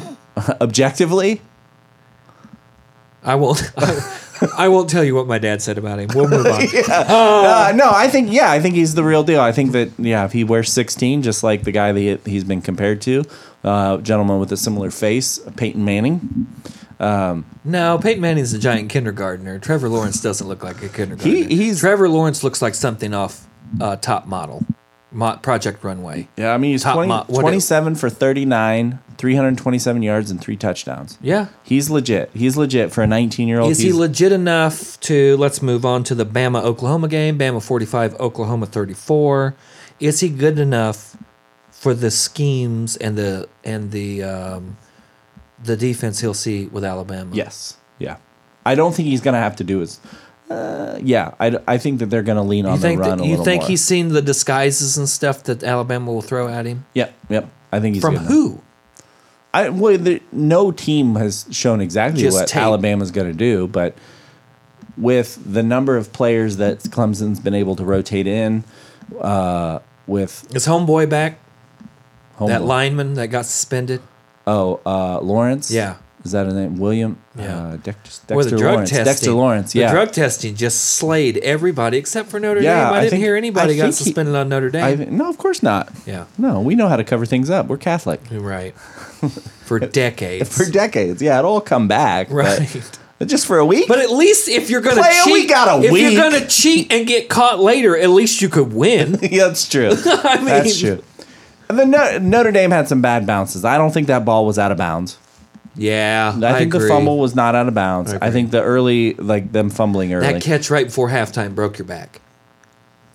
Speaker 1: objectively?
Speaker 2: I won't. I, I won't tell you what my dad said about him. We'll move on.
Speaker 1: Uh, no, I think yeah, I think he's the real deal. I think that yeah, if he wears 16, just like the guy that he- he's been compared to, uh, gentleman with a similar face, Peyton Manning.
Speaker 2: No, Peyton Manning's a giant kindergartner. Trevor Lawrence doesn't look like a kindergartner.
Speaker 1: He- he's-
Speaker 2: Trevor Lawrence looks like something off uh, Top Model, Mo- Project Runway.
Speaker 1: Yeah, I mean he's
Speaker 2: Top
Speaker 1: 20
Speaker 2: mo- what
Speaker 1: 27 for 39, 327 yards and three touchdowns.
Speaker 2: Yeah.
Speaker 1: He's legit. He's legit for a 19 year old.
Speaker 2: Is he legit enough to? Let's move on to the Bama Oklahoma game. Bama forty-five, Oklahoma thirty-four. Is he good enough for the schemes and the and the um, the defense he'll see with Alabama?
Speaker 1: Yes. Yeah. I don't think he's gonna have to do his. Uh, yeah, I, I think that they're gonna lean on
Speaker 2: You think
Speaker 1: the run
Speaker 2: that,
Speaker 1: a
Speaker 2: you
Speaker 1: little
Speaker 2: think
Speaker 1: more.
Speaker 2: he's seen the disguises and stuff that Alabama will throw at him
Speaker 1: Yep. Yep. I think he's
Speaker 2: from
Speaker 1: good enough.
Speaker 2: who?
Speaker 1: I well, the, no team has shown exactly
Speaker 2: Just
Speaker 1: what
Speaker 2: tape.
Speaker 1: Alabama's going to do, but with the number of players that Clemson's been able to rotate in, uh, with
Speaker 2: Is homeboy back? That
Speaker 1: homeboy-
Speaker 2: lineman that got suspended.
Speaker 1: oh uh, Lawrence,
Speaker 2: Yeah.
Speaker 1: is that his name? William,
Speaker 2: Yeah.
Speaker 1: uh, Dexter,
Speaker 2: Or
Speaker 1: Dexter Lawrence, Dexter Lawrence,
Speaker 2: The
Speaker 1: yeah,
Speaker 2: drug testing just slayed everybody except for Notre
Speaker 1: Yeah,
Speaker 2: Dame. I,
Speaker 1: I
Speaker 2: didn't
Speaker 1: think-
Speaker 2: hear
Speaker 1: I
Speaker 2: anybody got
Speaker 1: think he-
Speaker 2: suspended on Notre Dame.
Speaker 1: I, no, of course not.
Speaker 2: Yeah.
Speaker 1: no, we know how to cover things up. We're Catholic
Speaker 2: You're Right. For decades.
Speaker 1: for decades. Yeah, it'll all come back, but-
Speaker 2: Right.
Speaker 1: But just for a week.
Speaker 2: but at least if you're gonna
Speaker 1: Player,
Speaker 2: cheat,
Speaker 1: we got a
Speaker 2: if
Speaker 1: week.
Speaker 2: you're gonna cheat and get caught later, at least you could win.
Speaker 1: yeah, that's true. that's
Speaker 2: mean-
Speaker 1: true. And then no- Notre Dame had some bad bounces. I don't think that ball was out of bounds.
Speaker 2: Yeah,
Speaker 1: I, think the
Speaker 2: agree.
Speaker 1: fumble was not out of bounds. I,
Speaker 2: agree.
Speaker 1: think the early, like them fumbling early.
Speaker 2: that catch right before halftime broke your back.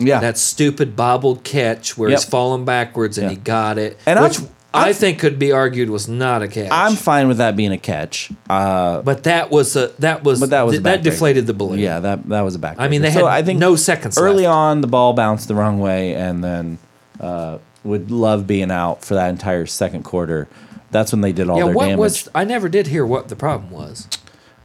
Speaker 1: yeah,
Speaker 2: that stupid bobbled catch where he's
Speaker 1: Yep.
Speaker 2: fallen backwards and
Speaker 1: Yeah.
Speaker 2: he got it,
Speaker 1: And
Speaker 2: which
Speaker 1: I'm-
Speaker 2: i
Speaker 1: I'm-
Speaker 2: think could be argued was not a catch.
Speaker 1: I'm fine with that being a catch. Uh,
Speaker 2: but that was a that was
Speaker 1: But that was a
Speaker 2: that
Speaker 1: backbreaker.
Speaker 2: deflated the balloon.
Speaker 1: yeah, that that was a back.
Speaker 2: I mean they had no seconds
Speaker 1: early
Speaker 2: left.
Speaker 1: on. The ball bounced the wrong way, and then uh, would love being out for that entire second quarter. That's when they did all
Speaker 2: Yeah,
Speaker 1: their
Speaker 2: what
Speaker 1: damage.
Speaker 2: was I never did hear what the problem was.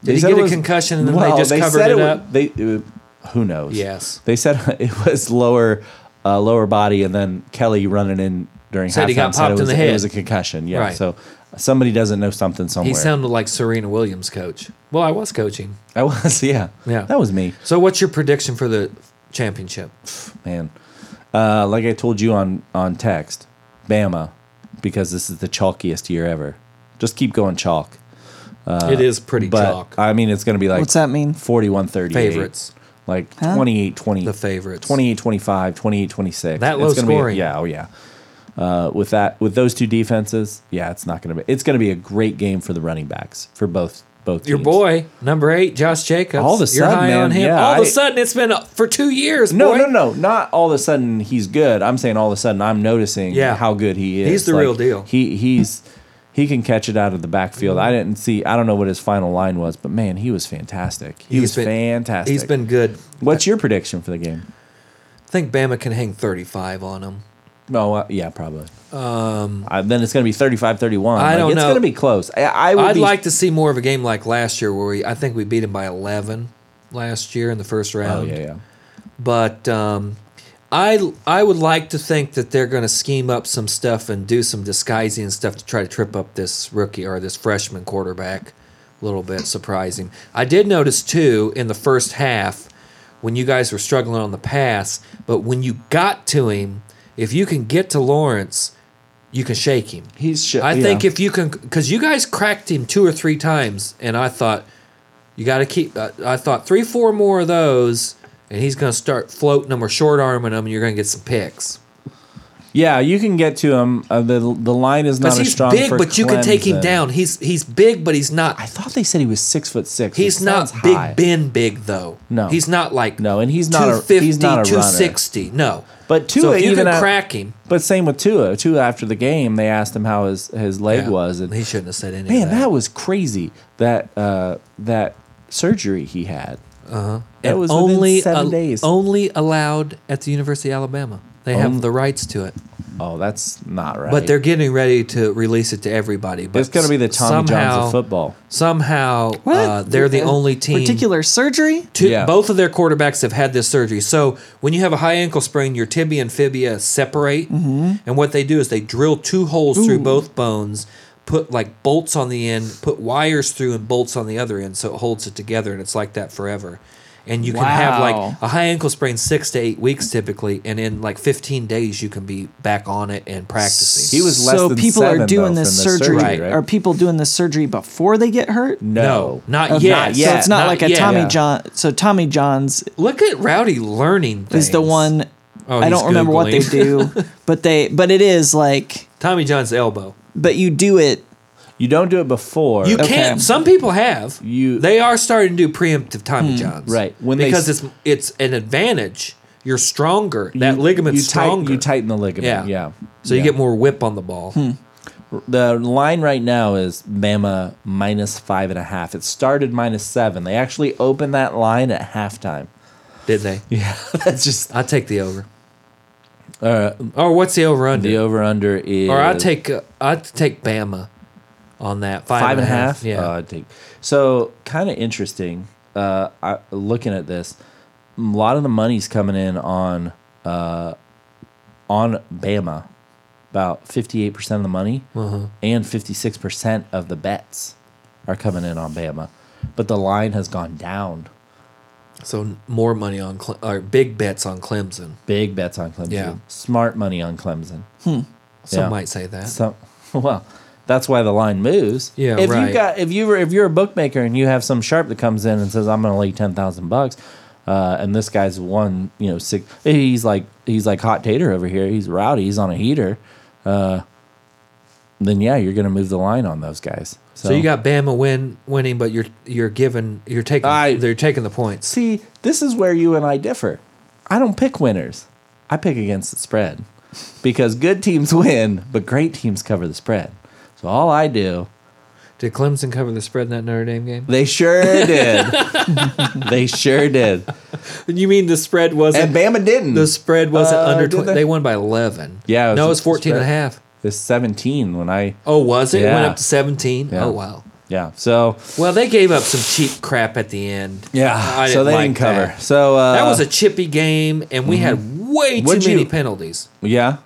Speaker 2: Did he
Speaker 1: said
Speaker 2: get
Speaker 1: it
Speaker 2: a
Speaker 1: was-
Speaker 2: concussion and then
Speaker 1: well,
Speaker 2: they just covered
Speaker 1: said
Speaker 2: it,
Speaker 1: wa-
Speaker 2: up?
Speaker 1: They uh, who knows?
Speaker 2: Yes.
Speaker 1: they said it was lower uh, lower body, and then Kelly running in during
Speaker 2: Said
Speaker 1: halftime
Speaker 2: he got
Speaker 1: said it
Speaker 2: popped in
Speaker 1: was,
Speaker 2: the
Speaker 1: It
Speaker 2: head.
Speaker 1: was a concussion. Yeah,
Speaker 2: Right.
Speaker 1: so somebody doesn't know something somewhere.
Speaker 2: He sounded like Serena Williams coach. Well, I was coaching.
Speaker 1: I was yeah
Speaker 2: Yeah.
Speaker 1: that was me
Speaker 2: So what's your prediction for the championship?
Speaker 1: man. Uh, like I told you on on text, Bama, because this is the chalkiest year ever. Just keep going chalk.
Speaker 2: it is pretty
Speaker 1: Uh, But
Speaker 2: chalk.
Speaker 1: I mean, it's going to be like
Speaker 3: What's that mean?
Speaker 1: 41 38.
Speaker 2: Favorites.
Speaker 1: Like 28 20.
Speaker 2: the favorites.
Speaker 1: 28 25, 28 26.
Speaker 2: That low
Speaker 1: it's gonna be a-
Speaker 2: scoring.
Speaker 1: yeah, oh yeah. Uh, with that, with those two defenses, yeah, it's not going to be. It's going to be a great game for the running backs for both both
Speaker 2: Your
Speaker 1: teams.
Speaker 2: boy, number eight, Josh Jacobs.
Speaker 1: All of a
Speaker 2: You're
Speaker 1: sudden,
Speaker 2: high on
Speaker 1: man,
Speaker 2: him.
Speaker 1: yeah,
Speaker 2: all of
Speaker 1: I-
Speaker 2: a sudden, it's been uh, for two years.
Speaker 1: No,
Speaker 2: boy.
Speaker 1: no, no. Not all of a sudden he's good. I'm saying all of a sudden I'm noticing
Speaker 2: Yeah.
Speaker 1: how good he is.
Speaker 2: He's the real deal.
Speaker 1: He he's he can catch it out of the backfield. I didn't see I don't know what his final line was, but man, he was fantastic. He was
Speaker 2: He's been-
Speaker 1: fantastic.
Speaker 2: He's been good.
Speaker 1: What's your prediction for the game?
Speaker 2: I think Bama can hang 35 on him.
Speaker 1: No, uh, yeah, probably. Um, then it's going to be 35-31. Like,
Speaker 2: don't
Speaker 1: it's
Speaker 2: know.
Speaker 1: going to be close. I, I would
Speaker 2: I'd
Speaker 1: be-
Speaker 2: like to see more of a game like last year where we, I think we beat him by 11 last year in the first
Speaker 1: Oh
Speaker 2: round.
Speaker 1: yeah, yeah.
Speaker 2: But um, I I would like to think that they're going to scheme up some stuff and do some disguising and stuff to try to trip up this rookie or this freshman quarterback a little bit, surprise him. I did notice too in the first half when you guys were struggling on the pass, but when you got to him, if you can get to Lawrence, you can shake him.
Speaker 1: He's sh-
Speaker 2: I
Speaker 1: yeah.
Speaker 2: think if you can, because you guys cracked him two or three times, and I thought you got to keep. Uh, I thought three, four more of those, and he's going to start floating them or short arming them, and you're going to get some picks.
Speaker 1: Yeah, you can get to him. Uh, the the line is not
Speaker 2: Because
Speaker 1: as
Speaker 2: he's
Speaker 1: strong
Speaker 2: big,
Speaker 1: for
Speaker 2: but you can take him
Speaker 1: Clemson.
Speaker 2: down. He's he's big, but he's not.
Speaker 1: I thought they said he was six foot six. which
Speaker 2: He's not
Speaker 1: sounds
Speaker 2: Big
Speaker 1: high.
Speaker 2: Ben big though.
Speaker 1: No.
Speaker 2: he's not like
Speaker 1: No, and he's not a- he's not a runner.
Speaker 2: 260. No,
Speaker 1: But
Speaker 2: so
Speaker 1: Tua
Speaker 2: if you
Speaker 1: even
Speaker 2: can
Speaker 1: at-
Speaker 2: crack him.
Speaker 1: But same with Tua. Tua after the game, they asked him how his, his leg
Speaker 2: Yeah,
Speaker 1: was, and
Speaker 2: he shouldn't have said anything.
Speaker 1: man, that was crazy. That uh, that surgery he had.
Speaker 2: Uh-huh.
Speaker 1: Uh huh. It was only seven
Speaker 2: al-
Speaker 1: days.
Speaker 2: only allowed at the University of Alabama. They have the rights to it,
Speaker 1: oh, that's not right.
Speaker 2: but they're getting ready to release it to everybody. But
Speaker 1: it's gonna be the Tommy Johns of football.
Speaker 2: Somehow, uh, they're the
Speaker 3: A
Speaker 2: only team.
Speaker 3: Particular surgery?
Speaker 2: Two,
Speaker 1: Yeah.
Speaker 2: Both of their quarterbacks have had this surgery. So when you have a high ankle sprain, your tibia and fibia separate,
Speaker 3: Mm-hmm.
Speaker 2: and what they do is they drill two holes through both bones, put like bolts on the end, put wires through and bolts on the other end, so it holds it together, and it's like that forever. And you can have
Speaker 3: Wow.
Speaker 2: like a high ankle sprain six to eight weeks typically, and in like fifteen days you can be back on it and practicing.
Speaker 1: He was less
Speaker 3: so
Speaker 1: than
Speaker 3: people
Speaker 1: seven,
Speaker 3: are doing
Speaker 1: though,
Speaker 3: this
Speaker 1: from the
Speaker 3: surgery.
Speaker 1: surgery, right?
Speaker 3: Are people doing this surgery before they get hurt?
Speaker 1: no,
Speaker 2: not
Speaker 3: Okay,
Speaker 2: yet.
Speaker 1: yet.
Speaker 3: So it's not,
Speaker 2: Uh, Not
Speaker 3: like a
Speaker 2: yet.
Speaker 3: Tommy
Speaker 1: Yeah.
Speaker 3: John. So Tommy John's
Speaker 2: Look at Rowdy learning.
Speaker 3: is the
Speaker 2: things.
Speaker 3: one.
Speaker 2: Oh,
Speaker 3: I
Speaker 2: he's
Speaker 3: don't remember what they
Speaker 2: Googling.
Speaker 3: do, but they. But it is like.
Speaker 2: Tommy John's elbow.
Speaker 3: But you do it.
Speaker 1: you don't do it before.
Speaker 2: You
Speaker 3: Okay.
Speaker 2: can't. Some people have.
Speaker 1: You- Hmm,
Speaker 2: They are starting to do preemptive Tommy Johns,
Speaker 1: right. When they
Speaker 2: because
Speaker 1: s-
Speaker 2: it's it's an advantage. You're stronger. That ligament's
Speaker 1: you
Speaker 2: stronger.
Speaker 1: Tighten, you tighten the
Speaker 2: Yeah.
Speaker 1: ligament. Yeah.
Speaker 2: So you
Speaker 1: Yeah. Hmm.
Speaker 2: get more whip on the ball.
Speaker 1: the line right now is Bama minus five and a half. It started minus seven. They actually opened that line at halftime.
Speaker 2: Did they?
Speaker 1: Yeah, that's just
Speaker 2: I take the over. or what's the over under?
Speaker 1: Uh, the over under is.
Speaker 2: or I take uh, I take Bama on that five,
Speaker 1: five and a half.
Speaker 2: Yeah.
Speaker 1: Uh, I'd take. So kind of interesting. Uh, I, looking at this, a lot of the money's coming in on uh, on Bama, about fifty eight percent of the money, and fifty six percent of the bets are coming in on Bama, but the line has gone down.
Speaker 2: so n- more money on Cle- or big bets on Clemson.
Speaker 1: Big bets on Clemson.
Speaker 2: Yeah.
Speaker 1: Smart money on Clemson.
Speaker 2: Some
Speaker 1: Yeah.
Speaker 2: might say that.
Speaker 1: So, well, that's why the line moves.
Speaker 2: Yeah,
Speaker 1: If you
Speaker 2: right.
Speaker 1: got if you were if you're a bookmaker and you have some sharp that comes in and says I'm going to lay ten thousand bucks, uh, and this guy's won you know six, he's like he's like hot tater over here. He's rowdy. He's on a heater. Uh, then yeah, you're going to move the line on those guys. So,
Speaker 2: so you got Bama win winning, but you're you're giving you're taking
Speaker 1: I-
Speaker 2: they're taking the points.
Speaker 1: see this is where you and I differ. I don't pick winners. I pick against the spread because good teams win, but great teams cover the spread. So all I do
Speaker 2: Did Clemson cover the spread in that Notre Dame game?
Speaker 1: They sure did. they sure did.
Speaker 2: You mean the spread
Speaker 1: And
Speaker 2: wasn't
Speaker 1: Bama didn't.
Speaker 2: the spread wasn't
Speaker 1: Uh,
Speaker 2: under
Speaker 1: did
Speaker 2: 20
Speaker 1: they?
Speaker 2: they? won by 11.
Speaker 1: Yeah, it was
Speaker 2: no, it
Speaker 1: a
Speaker 2: was 14 and a
Speaker 1: spread.
Speaker 2: half.
Speaker 1: This 17 when I
Speaker 2: Oh, was it? It went
Speaker 1: Yeah.
Speaker 2: up to 17.
Speaker 1: Yeah.
Speaker 2: Oh, wow.
Speaker 1: yeah. So
Speaker 2: Well, they gave up some cheap crap at the end. I
Speaker 1: so they
Speaker 2: like
Speaker 1: didn't cover.
Speaker 2: That.
Speaker 1: So uh,
Speaker 2: That was a chippy game and we had way too
Speaker 1: What'd
Speaker 2: many
Speaker 1: you-
Speaker 2: penalties.
Speaker 1: yeah.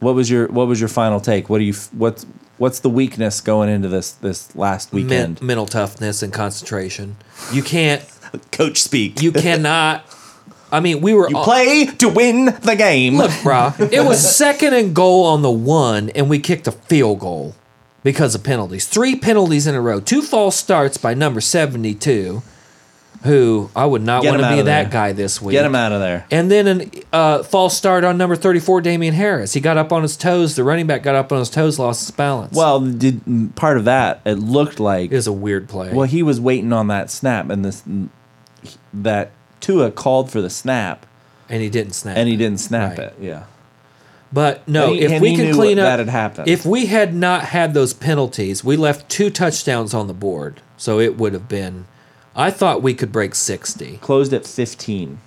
Speaker 1: What was your what was your final take? What do you f- what's what's the weakness going into this this last
Speaker 2: Men,
Speaker 1: weekend?
Speaker 2: mental toughness and concentration. You can't
Speaker 1: Coach speak.
Speaker 2: you cannot I mean, we were all-
Speaker 1: play to win the game.
Speaker 2: Look, brah, it was second and goal on the one, and we kicked a field goal because of penalties. Three penalties in a row, two false starts by number 72. who I would not
Speaker 1: Get
Speaker 2: want
Speaker 1: him
Speaker 2: to
Speaker 1: out
Speaker 2: be
Speaker 1: of
Speaker 2: that
Speaker 1: there.
Speaker 2: guy this week.
Speaker 1: Get him out of there.
Speaker 2: And then a uh, false start on number 34, Damian Harris. He got up on his toes. The running back got up on his toes, lost his balance.
Speaker 1: Well, did part of that it looked like
Speaker 2: it was a weird play.
Speaker 1: well he was waiting on that snap and this that Tua called for the snap
Speaker 2: and he didn't snap.
Speaker 1: and he didn't snap
Speaker 2: Right.
Speaker 1: it. Yeah.
Speaker 2: But no,
Speaker 1: And he-
Speaker 2: if
Speaker 1: and
Speaker 2: we
Speaker 1: he
Speaker 2: could
Speaker 1: knew
Speaker 2: clean
Speaker 1: what-
Speaker 2: up
Speaker 1: that had happened.
Speaker 2: If we had not had those penalties, we left two touchdowns on the board, so it would have been. I thought we could break sixty.
Speaker 1: Closed at 15.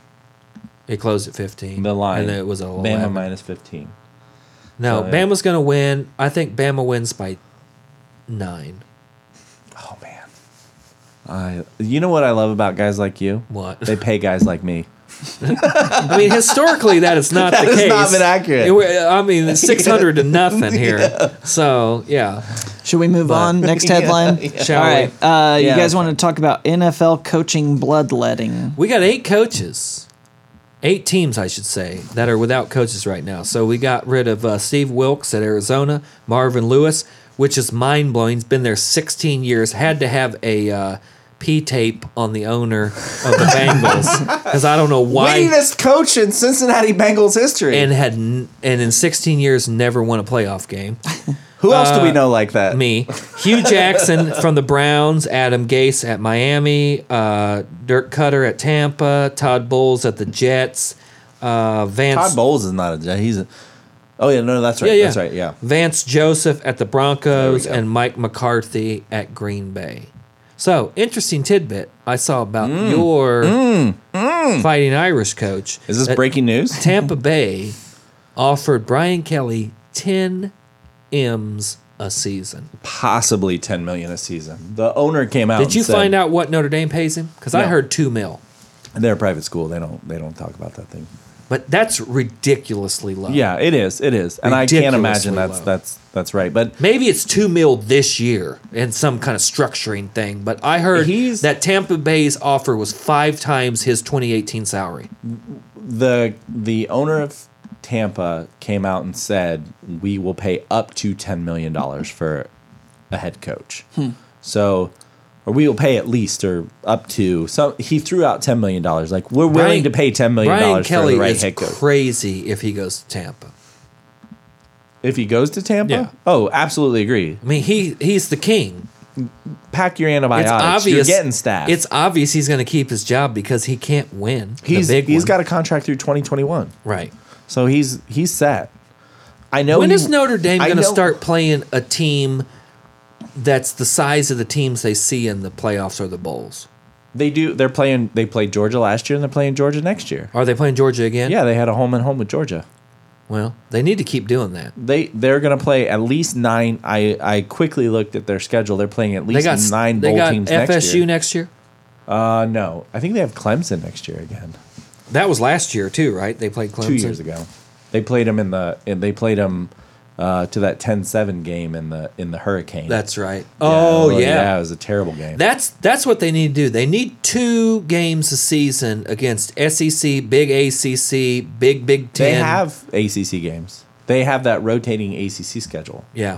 Speaker 2: It closed at fifteen.
Speaker 1: The line.
Speaker 2: and then it was a
Speaker 1: Bama
Speaker 2: 11.
Speaker 1: minus 15.
Speaker 2: No,
Speaker 1: so, yeah.
Speaker 2: Bama's going to win. I think Bama wins by nine.
Speaker 1: Oh man. I you know what I love about guys like you?
Speaker 2: What?
Speaker 1: They pay guys like me.
Speaker 2: I mean, historically, that is not
Speaker 1: That
Speaker 2: the
Speaker 1: has
Speaker 2: case.
Speaker 1: not been accurate.
Speaker 2: It wa- I mean, six hundred to nothing here. So yeah,
Speaker 3: Should we move on? Next headline.
Speaker 2: Shall
Speaker 3: All
Speaker 2: we?
Speaker 3: right. Uh,
Speaker 1: Yeah.
Speaker 3: You guys want to talk about NFL coaching bloodletting?
Speaker 2: We got eight coaches, eight teams, I should say, that are without coaches right now. So we got rid of uh, Steve Wilkes at Arizona, Marvin Lewis, which is mind blowing. He's been there 16 years. Had to have a uh, P tape on the owner of the Bengals because I don't know why.
Speaker 1: Winningest coach in Cincinnati Bengals history.
Speaker 2: And had n- and in 16 years never won a playoff game.
Speaker 1: Who else do we know like that?
Speaker 2: uh, Me, Hugh Jackson from the Browns, Adam Gase at Miami, uh, Dirk Cutter at Tampa, Todd Bowles at the Jets, uh, Vance
Speaker 1: Todd Bowles is not a Jet. He's a Oh yeah, no, that's right.
Speaker 2: Yeah, yeah.
Speaker 1: That's right. Yeah.
Speaker 2: Vance Joseph at the Broncos
Speaker 1: There we go.
Speaker 2: and Mike McCarthy at Green Bay. So, interesting tidbit I saw about
Speaker 1: Mm.
Speaker 2: your Fighting Irish coach.
Speaker 1: Is this
Speaker 2: that
Speaker 1: breaking news?
Speaker 2: Tampa Bay offered Brian Kelly 10 M's a season.
Speaker 1: Possibly 10 million a season. The owner came out.
Speaker 2: Did you find out what Notre Dame pays him? Because I
Speaker 1: No.
Speaker 2: heard 2 mil.
Speaker 1: They're a private school. They don't. They don't talk about that thing.
Speaker 2: But that's ridiculously low.
Speaker 1: Yeah, it is. It is, and I can't imagine
Speaker 2: Ridiculously
Speaker 1: that's
Speaker 2: low.
Speaker 1: that's that's right. But
Speaker 2: Maybe it's two mil this year and some kind of structuring thing, but I heard
Speaker 1: He's-
Speaker 2: that Tampa Bay's offer was five times his 2018 salary.
Speaker 1: the the owner of Tampa came out and said we will pay up to ten million dollars for a head coach.
Speaker 2: Hmm.
Speaker 1: So, or we will pay at least or up to. So he threw out ten million dollars. Like we're willing
Speaker 2: Brian-
Speaker 1: to pay ten million
Speaker 2: Brian
Speaker 1: dollars for
Speaker 2: Kelly
Speaker 1: the right
Speaker 2: is
Speaker 1: head coach
Speaker 2: crazy if he goes to Tampa.
Speaker 1: if he goes to Tampa.
Speaker 2: Yeah.
Speaker 1: Oh, absolutely agree.
Speaker 2: I mean, he he's the king.
Speaker 1: Pack your antibiotics.
Speaker 2: It's obvious.
Speaker 1: You're getting stabbed.
Speaker 2: It's obvious he's going to keep his job because he can't win.
Speaker 1: he's
Speaker 2: the big
Speaker 1: he's
Speaker 2: one.
Speaker 1: got a contract through twenty twenty one.
Speaker 2: right.
Speaker 1: So he's he's set. I know.
Speaker 2: When
Speaker 1: he-
Speaker 2: is Notre Dame
Speaker 1: Oh, I
Speaker 2: going to
Speaker 1: know-
Speaker 2: start playing a team that's the size of the teams they see in the playoffs or the bowls?
Speaker 1: They do. They're playing. They played Georgia last year, and they're playing Georgia next year.
Speaker 2: Are they playing Georgia again?
Speaker 1: Yeah, they had a home and home with Georgia.
Speaker 2: Well, they need to keep doing that.
Speaker 1: They they're going to play at least nine. I I quickly looked at their schedule. They're playing at
Speaker 2: They
Speaker 1: least
Speaker 2: got
Speaker 1: nine
Speaker 2: they
Speaker 1: bowl
Speaker 2: got
Speaker 1: teams
Speaker 2: FSU
Speaker 1: next year. uh, no, I think they have Clemson next year again.
Speaker 2: That was last year too, right? They played Clemson
Speaker 1: Two years ago, they played them in the. In, they played them uh, to that 10-7 game in the in the hurricane.
Speaker 2: That's right. oh yeah.
Speaker 1: yeah, it was a terrible game.
Speaker 2: That's that's what they need to do. They need two games a season against SEC, Big ACC, Big Big
Speaker 1: they
Speaker 2: Ten.
Speaker 1: have ACC games. They have that rotating ACC schedule.
Speaker 2: yeah.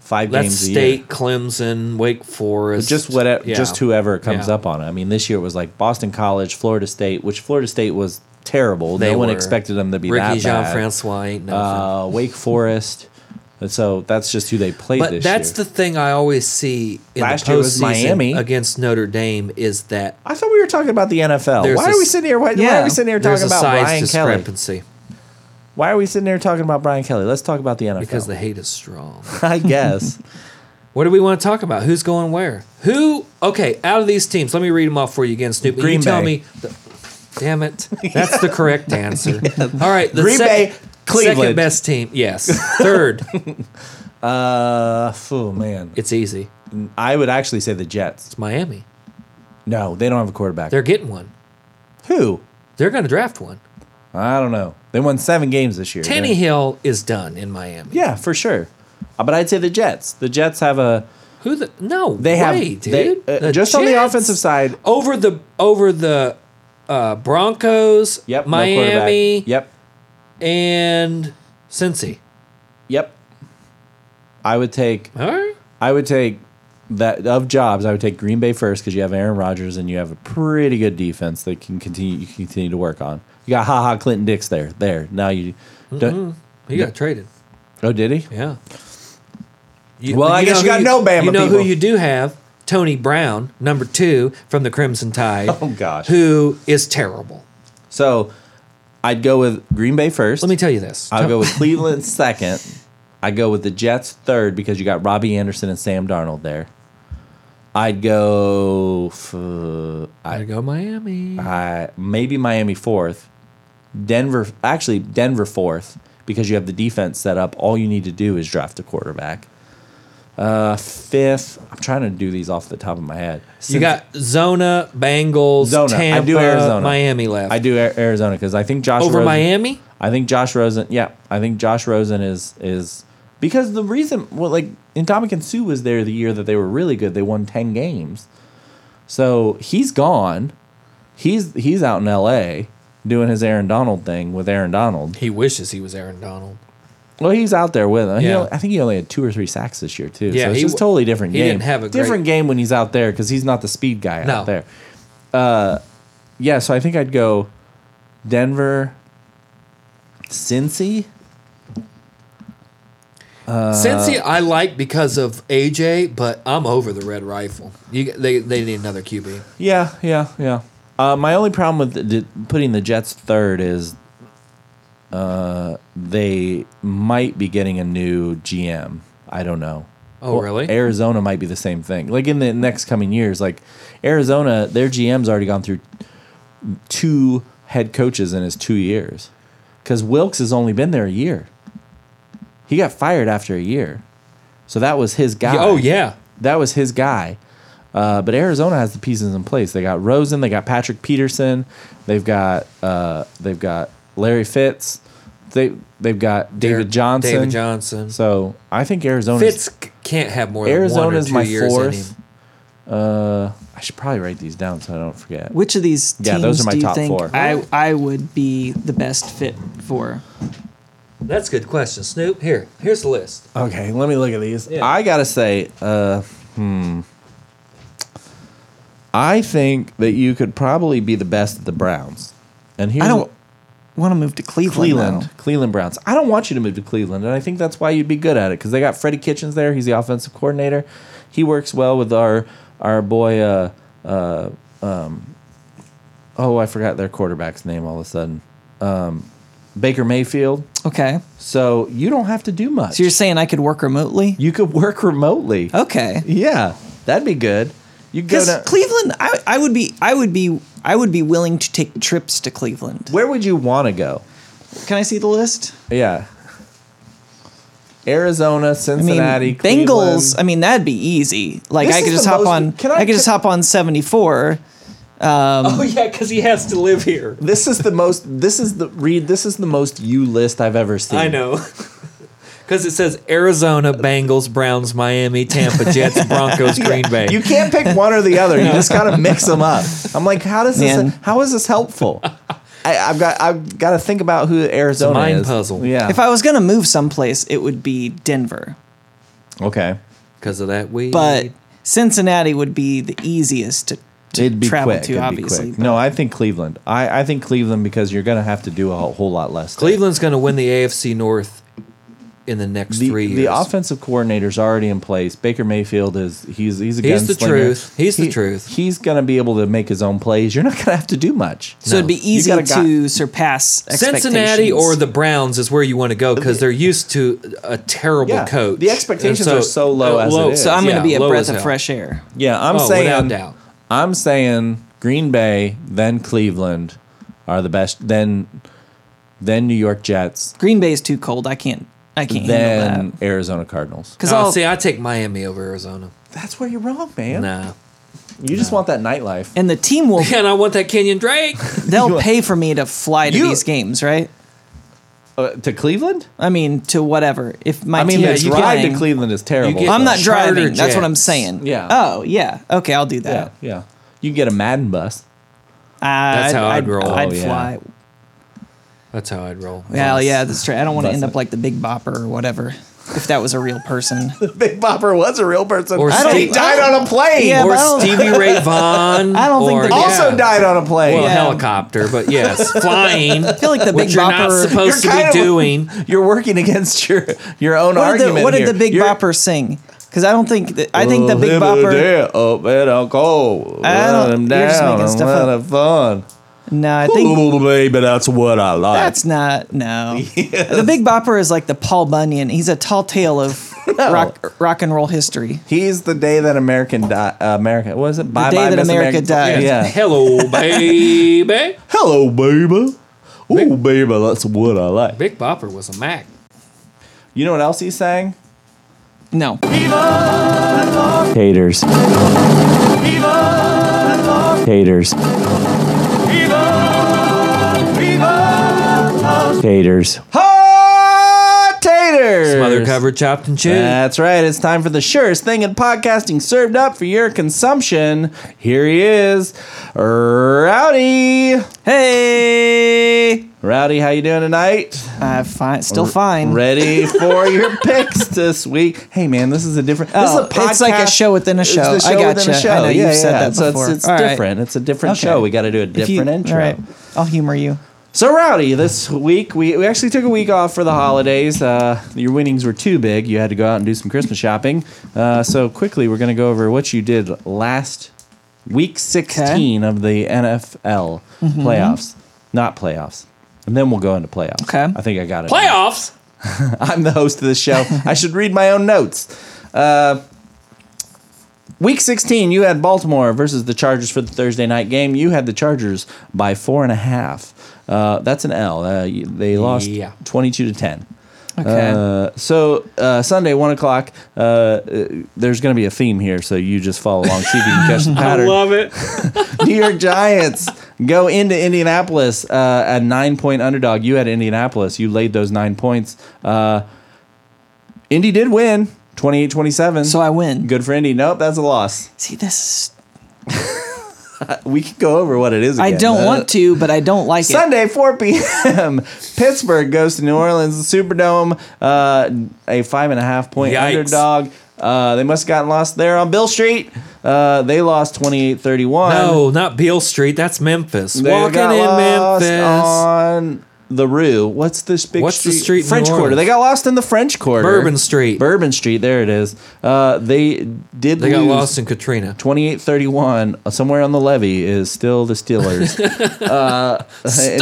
Speaker 1: Five
Speaker 2: That's
Speaker 1: games a year.
Speaker 2: State, Clemson, Wake Forest.
Speaker 1: just what
Speaker 2: Yeah.
Speaker 1: just whoever comes
Speaker 2: Yeah.
Speaker 1: up on it. I mean, this year it was like Boston College, Florida State, which Florida State was terrible.
Speaker 2: They
Speaker 1: no one
Speaker 2: were.
Speaker 1: expected them to be
Speaker 2: Ricky
Speaker 1: that bad.
Speaker 2: Jean Francois ain't nothing.
Speaker 1: uh, Wake Forest. And so that's just who they played
Speaker 2: but
Speaker 1: this
Speaker 2: that's
Speaker 1: year.
Speaker 2: the thing I always see in
Speaker 1: Last
Speaker 2: the
Speaker 1: year was
Speaker 2: postseason
Speaker 1: Miami.
Speaker 2: against Notre Dame is that
Speaker 1: I thought we were talking about the NFL.
Speaker 2: There's
Speaker 1: Why
Speaker 2: a
Speaker 1: are we
Speaker 2: s-
Speaker 1: sitting here? Why, why
Speaker 3: Yeah.
Speaker 1: are we sitting here
Speaker 2: there's
Speaker 1: talking
Speaker 2: a
Speaker 1: about
Speaker 2: size
Speaker 1: Brian Kelly?
Speaker 2: discrepancy
Speaker 1: Why are we sitting here talking about Brian Kelly? Let's talk about the NFL.
Speaker 2: because the hate is strong.
Speaker 1: I guess
Speaker 2: What do we want to talk about? Who's going where? Who? Okay, out of these teams, let me read them off for you again, Snoop. and
Speaker 1: Green
Speaker 2: you tell
Speaker 1: Bay.
Speaker 2: me. The, damn it, that's the correct answer. All right, the
Speaker 1: Green
Speaker 2: sec-
Speaker 1: Bay, Cleveland.
Speaker 2: second best team. Yes, third.
Speaker 1: Uh, oh man,
Speaker 2: it's easy.
Speaker 1: I would actually say the Jets.
Speaker 2: It's Miami.
Speaker 1: No, they don't have a quarterback.
Speaker 2: They're getting one.
Speaker 1: who?
Speaker 2: They're going to draft one.
Speaker 1: I don't know. They won seven games this year. They're-
Speaker 2: Tannehill is done in Miami.
Speaker 1: Yeah, for sure. Uh, But I'd say the Jets. The Jets have a
Speaker 2: Who the? No,
Speaker 1: they have
Speaker 2: way,
Speaker 1: they-
Speaker 2: dude.
Speaker 1: uh,
Speaker 2: The
Speaker 1: just on the
Speaker 2: Jets?
Speaker 1: offensive side.
Speaker 2: over the over the uh, Broncos.
Speaker 1: Yep, no quarterback.
Speaker 2: Miami.
Speaker 1: yep,
Speaker 2: and Cincy.
Speaker 1: yep. I would take
Speaker 2: All right.
Speaker 1: I would take that of jobs, I would take Green Bay first because you have Aaron Rodgers and you have a pretty good defense that can continue you can continue to work on. You got Ha Ha Clinton Dix there. There now you don't.
Speaker 2: He got traded.
Speaker 1: Oh, did he?
Speaker 2: Mm-hmm. Yeah. You-
Speaker 1: Well, I guess
Speaker 2: know
Speaker 1: you got
Speaker 2: who
Speaker 1: no Bama
Speaker 2: You know
Speaker 1: people.
Speaker 2: who you do have? Tony Brown, number two from the Crimson Tide.
Speaker 1: Oh, gosh.
Speaker 2: Who is terrible.
Speaker 1: So I'd go with Green Bay first.
Speaker 2: Let me tell you this.
Speaker 1: I'll go with Cleveland second. I'd go with the Jets third because you got Robbie Anderson and Sam Darnold there. I'd go. f- I,
Speaker 2: I go Miami.
Speaker 1: I maybe Miami fourth, Denver actually Denver fourth because you have the defense set up. All you need to do is draft a quarterback. Uh, fifth. I'm trying to do these off the top of my head.
Speaker 2: you got Zona, Bengals,
Speaker 1: Zona. I
Speaker 2: Tampa,
Speaker 1: do Arizona.
Speaker 2: Miami left.
Speaker 1: I do A- Arizona because I think Josh
Speaker 2: Over
Speaker 1: Rosen-
Speaker 2: Miami?
Speaker 1: I think Josh Rosen. Yeah, I think Josh Rosen is is because the reason well like Indomitian Sue was there the year that they were really good. They won ten games, so he's gone. He's he's out in L.A. doing his Aaron Donald thing with Aaron Donald.
Speaker 2: He wishes he was Aaron Donald.
Speaker 1: Well, he's out there with him. He
Speaker 2: Yeah.
Speaker 1: only- I think he only had two or three sacks this year too.
Speaker 2: Yeah,
Speaker 1: so it's
Speaker 2: he
Speaker 1: just
Speaker 2: w-
Speaker 1: totally different
Speaker 2: he
Speaker 1: game.
Speaker 2: didn't have a great-
Speaker 1: different game when he's out there because he's not the speed guy
Speaker 2: No.
Speaker 1: out there. Uh, yeah, so I think I'd go Denver, Cincy.
Speaker 2: Cincy,
Speaker 1: Uh,
Speaker 2: I like because of AJ, but I'm over the Red Rifle. You, they, they need another QB.
Speaker 1: Yeah, yeah, yeah. Uh, my only problem with the, the- putting the Jets third is uh, they might be getting a new GM. I don't know.
Speaker 2: Oh, really?
Speaker 1: Arizona might be the same thing. Like in the next coming years, like Arizona, their GM's already gone through two head coaches in his two years. Because Wilkes has only been there a year. He got fired after a year. So that was his guy.
Speaker 2: Oh, yeah.
Speaker 1: That was his guy. Uh, but Arizona has the pieces in place. They got Rosen, they got Patrick Peterson, they've got uh, they've got Larry Fitz, they they've got David Johnson.
Speaker 2: David Johnson.
Speaker 1: So I think Arizona's
Speaker 2: Fitz c- can't have more than one or
Speaker 1: Arizona's
Speaker 2: two
Speaker 1: my
Speaker 2: years in him.
Speaker 1: fourth. Uh, I should probably write these down so I don't forget.
Speaker 3: Which of these teams
Speaker 1: Yeah, those are my
Speaker 3: do you
Speaker 1: top
Speaker 3: think
Speaker 1: four.
Speaker 3: I I would be the best fit for?
Speaker 2: That's a good question, Snoop. Here, here's the list.
Speaker 1: Okay, let me look at these.
Speaker 2: Yeah.
Speaker 1: I gotta say, uh, hmm, I think that you could probably be the best at the Browns. And here's
Speaker 3: I
Speaker 1: what-
Speaker 3: don't want to move to Cleveland.
Speaker 1: Cleveland,
Speaker 3: though.
Speaker 1: Cleveland Browns. I don't want you to move to Cleveland, and I think that's why you'd be good at it because they got Freddie Kitchens there. He's the offensive coordinator. He works well with our our boy. Uh, uh, um, oh, I forgot their quarterback's name all of a sudden. Um, Baker Mayfield.
Speaker 3: Okay,
Speaker 1: So you don't have to do much.
Speaker 3: so you're Oh. saying I could work remotely?
Speaker 1: you could work remotely.
Speaker 3: Okay,
Speaker 1: Yeah, that'd be good. You go
Speaker 3: because
Speaker 1: to
Speaker 3: Cleveland, I I would be I would be I would be willing to take trips to Cleveland.
Speaker 1: Where would you want to go?
Speaker 3: Can I see the list?
Speaker 1: Yeah. Arizona,
Speaker 3: I mean,
Speaker 1: Cincinnati, Cleveland.
Speaker 3: Bengals. I mean, that'd be easy. Like
Speaker 1: This
Speaker 3: I could
Speaker 1: is
Speaker 3: just
Speaker 1: the
Speaker 3: hop
Speaker 1: most-
Speaker 3: on.
Speaker 1: can
Speaker 3: I,
Speaker 1: I-
Speaker 3: could just
Speaker 1: can-
Speaker 3: hop on seventy four.
Speaker 1: Um,
Speaker 2: Oh yeah, because he has to live here.
Speaker 1: This is the most. This is the read. This is the most you list I've ever seen.
Speaker 2: I know. Because it says Arizona, Bengals, Browns, Miami, Tampa, Jets, Broncos, Green Bay.
Speaker 1: You can't pick one or the other. You just gotta mix them up. I'm like, how does this?
Speaker 3: Man.
Speaker 1: How is this helpful? I, I've got. I've got to think about who Arizona
Speaker 2: mind
Speaker 1: is.
Speaker 2: puzzle.
Speaker 1: Yeah.
Speaker 3: If I was gonna move someplace, it would be Denver,
Speaker 1: okay.
Speaker 2: Because of that weed.
Speaker 3: but Cincinnati would be the easiest to, to
Speaker 1: It'd be
Speaker 3: travel
Speaker 1: quick.
Speaker 3: to.
Speaker 1: It'd be
Speaker 3: obviously,
Speaker 1: quick. No, I think Cleveland. I, I think Cleveland because you're gonna have to do a whole, whole lot less.
Speaker 2: Cleveland's going to win the AFC North in the next
Speaker 1: The,
Speaker 2: three years.
Speaker 1: the offensive coordinator's already in place. Baker Mayfield is he's he's a
Speaker 2: He's the
Speaker 1: gunslinger.
Speaker 2: truth. He's the
Speaker 1: He-
Speaker 2: truth.
Speaker 1: He's gonna be able to make his own plays. You're not gonna have to do much.
Speaker 3: so it'd be
Speaker 1: You
Speaker 3: easy
Speaker 1: gotta got-
Speaker 3: to surpass
Speaker 2: Cincinnati
Speaker 3: expectations.
Speaker 2: or the Browns is where you want to go because they're used to a terrible
Speaker 1: Yeah,
Speaker 2: coach.
Speaker 1: the expectations
Speaker 2: And
Speaker 1: are so low as it is.
Speaker 3: So I'm
Speaker 2: yeah,
Speaker 3: gonna be a
Speaker 2: low
Speaker 3: breath
Speaker 2: as
Speaker 3: of
Speaker 2: hell.
Speaker 3: fresh air.
Speaker 1: Yeah, I'm
Speaker 2: Oh,
Speaker 1: saying
Speaker 2: without doubt.
Speaker 1: I'm saying Green Bay, then Cleveland are the best. Then then New York Jets,
Speaker 3: Green Bay's too cold. I can't. I can't handle
Speaker 1: then
Speaker 3: that.
Speaker 1: Arizona Cardinals.
Speaker 3: Because
Speaker 2: Oh,
Speaker 3: I'll
Speaker 2: see, I take Miami over Arizona.
Speaker 1: That's where you're wrong, man.
Speaker 2: Nah.
Speaker 1: You just want that nightlife.
Speaker 3: and the team will.
Speaker 2: And I want that Kenyon Drake.
Speaker 3: They'll pay for me to fly to
Speaker 1: You-
Speaker 3: these games, right?
Speaker 1: Uh, to Cleveland?
Speaker 3: I mean, to whatever. If my
Speaker 1: I mean,
Speaker 3: team
Speaker 1: the
Speaker 3: is
Speaker 1: drive
Speaker 3: flying,
Speaker 1: to Cleveland is terrible.
Speaker 2: get-
Speaker 1: so-
Speaker 3: I'm not
Speaker 2: Charter
Speaker 3: driving. That's what I'm
Speaker 2: jets.
Speaker 3: saying.
Speaker 1: Yeah.
Speaker 3: Oh yeah. Okay, I'll do
Speaker 1: yeah,
Speaker 3: that.
Speaker 1: yeah. You can get a Madden bus.
Speaker 3: That's
Speaker 2: how I'd
Speaker 3: I'd
Speaker 2: roll.
Speaker 3: I'd
Speaker 1: Oh, yeah.
Speaker 3: fly.
Speaker 2: That's how I'd roll.
Speaker 3: Well, yeah, that's true. I don't want to
Speaker 1: Bus
Speaker 3: end
Speaker 1: it.
Speaker 3: up like the Big Bopper or whatever. if that was a real person.
Speaker 1: Big Bopper was a real person.
Speaker 2: Or
Speaker 1: I don't- he
Speaker 2: Steve-
Speaker 1: died on a plane.
Speaker 3: Yeah,
Speaker 2: or
Speaker 3: but I don't-
Speaker 2: Stevie Ray Vaughan.
Speaker 3: I don't think
Speaker 2: or-
Speaker 3: that-
Speaker 1: also
Speaker 2: yeah.
Speaker 1: died on a plane.
Speaker 2: Well, a
Speaker 3: Yeah.
Speaker 2: helicopter, but yes, flying. I
Speaker 3: feel like the Big
Speaker 2: you're not
Speaker 3: Bopper-
Speaker 2: supposed
Speaker 1: You're
Speaker 2: to
Speaker 1: kind
Speaker 2: be
Speaker 1: of-
Speaker 2: doing.
Speaker 1: You're working against your your own
Speaker 3: What did
Speaker 1: argument.
Speaker 3: the, what did
Speaker 1: here.
Speaker 3: the Big
Speaker 1: You're-
Speaker 3: Bopper sing? Because I don't think that, I think the Big
Speaker 1: Well, him
Speaker 3: Bopper.
Speaker 1: there, Up and I'll go.
Speaker 3: I
Speaker 1: Let
Speaker 3: don't-
Speaker 1: him
Speaker 3: you're just making
Speaker 1: down.
Speaker 3: stuff
Speaker 1: What
Speaker 3: up.
Speaker 1: a fun.
Speaker 3: No, I think
Speaker 1: Ooh, baby, that's what I like.
Speaker 3: that's not no. The Big Bopper is like the Paul Bunyan. He's a tall tale of rock rock and roll history.
Speaker 1: He's the day that American died. Uh, America was it? Bye
Speaker 3: day
Speaker 1: bye,
Speaker 3: that
Speaker 1: Miss
Speaker 3: America died.
Speaker 1: Yeah.
Speaker 2: Hello, baby.
Speaker 1: Hello, baby. Ooh, baby, that's what I like.
Speaker 2: Big Bopper was a Mac.
Speaker 1: You know what else he sang?
Speaker 3: No,
Speaker 1: Haters. Haters. Taters. Hot taters.
Speaker 2: Mother covered, chopped and chewed.
Speaker 1: That's right. It's time for the surest thing in podcasting served up for your consumption. Here he is, Rowdy. Hey, Rowdy, how you doing tonight?
Speaker 3: uh, fine, still fine.
Speaker 1: Ready for your picks this week? Hey, man, this is a different. this is a
Speaker 3: Oh,
Speaker 1: podcast.
Speaker 3: it's like a show within a
Speaker 1: It's
Speaker 3: show.
Speaker 1: the
Speaker 3: I gotcha.
Speaker 1: within a show. Oh,
Speaker 3: I know
Speaker 1: yeah,
Speaker 3: you've said
Speaker 1: yeah.
Speaker 3: that
Speaker 1: so
Speaker 3: before.
Speaker 1: It's, it's
Speaker 3: All right.
Speaker 1: different. It's a different
Speaker 3: Okay.
Speaker 1: show. We got to do a
Speaker 3: If you-
Speaker 1: different intro.
Speaker 3: all right, I'll humor you.
Speaker 1: So, Rowdy, this week we, we actually took a week off for the holidays. Uh, your winnings were too big. You had to go out and do some Christmas shopping. Uh, so, quickly, we're going to go over what you did last week 16 of the NFL playoffs. Not playoffs. And then we'll go into playoffs.
Speaker 3: Okay.
Speaker 1: I think I got it.
Speaker 2: Playoffs.
Speaker 1: I'm the host of this show. I should read my own notes. Uh, week 16, you had Baltimore versus the Chargers for the Thursday night game. You had the Chargers by four and a half. Uh, that's an L. Uh, you- they lost
Speaker 2: Yeah.
Speaker 1: 22 to 10.
Speaker 3: Okay.
Speaker 1: Uh, so uh, Sunday, one o'clock. Uh, uh, there's going to be a theme here, so you just follow along, see if you can catch the
Speaker 2: I
Speaker 1: pattern.
Speaker 2: love it.
Speaker 1: New York Giants go into Indianapolis, uh, a nine point underdog. You had Indianapolis. You laid those nine points. Uh, Indy did win 28 27.
Speaker 3: So I win.
Speaker 1: Good for Indy. Nope, that's a loss.
Speaker 3: See this. is-
Speaker 1: We could go over what it is
Speaker 3: I
Speaker 1: again.
Speaker 3: don't
Speaker 1: Uh,
Speaker 3: want to, but I don't like it.
Speaker 1: Sunday, 4 p.m. Pittsburgh goes to New Orleans, the Superdome, uh, a five and a half point
Speaker 2: Yikes.
Speaker 1: underdog. Uh, they must have gotten lost there on Bill Street. Uh, they lost 28 31.
Speaker 2: No, Oh, not Beale Street. That's Memphis.
Speaker 1: They
Speaker 2: Walking in
Speaker 1: got lost Oh,
Speaker 2: Memphis.
Speaker 1: on the Rue. What's this big
Speaker 2: What's the
Speaker 1: street?
Speaker 2: street in
Speaker 1: French
Speaker 2: New
Speaker 1: Quarter.
Speaker 2: Orleans?
Speaker 1: They got lost in the French Quarter.
Speaker 2: Bourbon Street.
Speaker 1: Bourbon Street. There it is. Uh, they did.
Speaker 2: they got
Speaker 1: lose.
Speaker 2: lost in Katrina.
Speaker 1: 2831 uh, somewhere on the levee is still the Steelers. uh, in-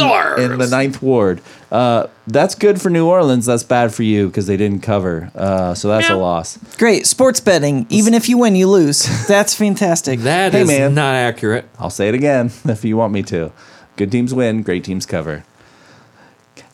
Speaker 1: in, the
Speaker 2: Stars.
Speaker 1: ninth ward. Uh, that's good for New Orleans. That's bad for you because they didn't cover. Uh, so that's a
Speaker 2: Meow.
Speaker 1: loss.
Speaker 3: Great sports betting. Even if you win, you lose. That's fantastic.
Speaker 2: That is
Speaker 1: Hey, man.
Speaker 2: not accurate.
Speaker 1: I'll say it again if you want me to. Good teams win. Great teams cover.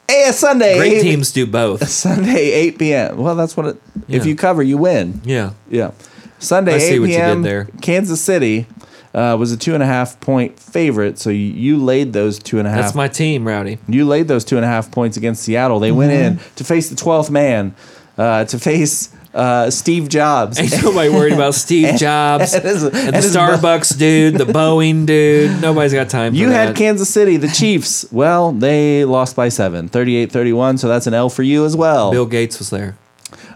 Speaker 1: Hey, it's Sunday.
Speaker 2: Great
Speaker 1: 8
Speaker 2: teams do both.
Speaker 1: Sunday, 8 p.m. Well, that's what it, if
Speaker 2: Yeah.
Speaker 1: you cover, you win.
Speaker 2: Yeah.
Speaker 1: Yeah. Sunday,
Speaker 2: I see
Speaker 1: 8
Speaker 2: what you did
Speaker 1: p.m.
Speaker 2: there.
Speaker 1: Kansas City uh, was a two and a half point favorite. So you, you laid those two and a half.
Speaker 2: That's my team, Rowdy.
Speaker 1: you laid those two and a half points against Seattle. They went in
Speaker 2: Mm-hmm.
Speaker 1: to face the 12th man, uh, to face uh, Steve Jobs.
Speaker 2: Ain't nobody worried about Steve Jobs,
Speaker 1: and his-
Speaker 2: and
Speaker 1: and
Speaker 2: the
Speaker 1: his bo-
Speaker 2: Starbucks dude, the Boeing dude. Nobody's got time for
Speaker 1: You
Speaker 2: that.
Speaker 1: had Kansas City, the Chiefs. Well, they lost by seven, 38 31. So that's an L for you as well.
Speaker 2: Bill Gates was there.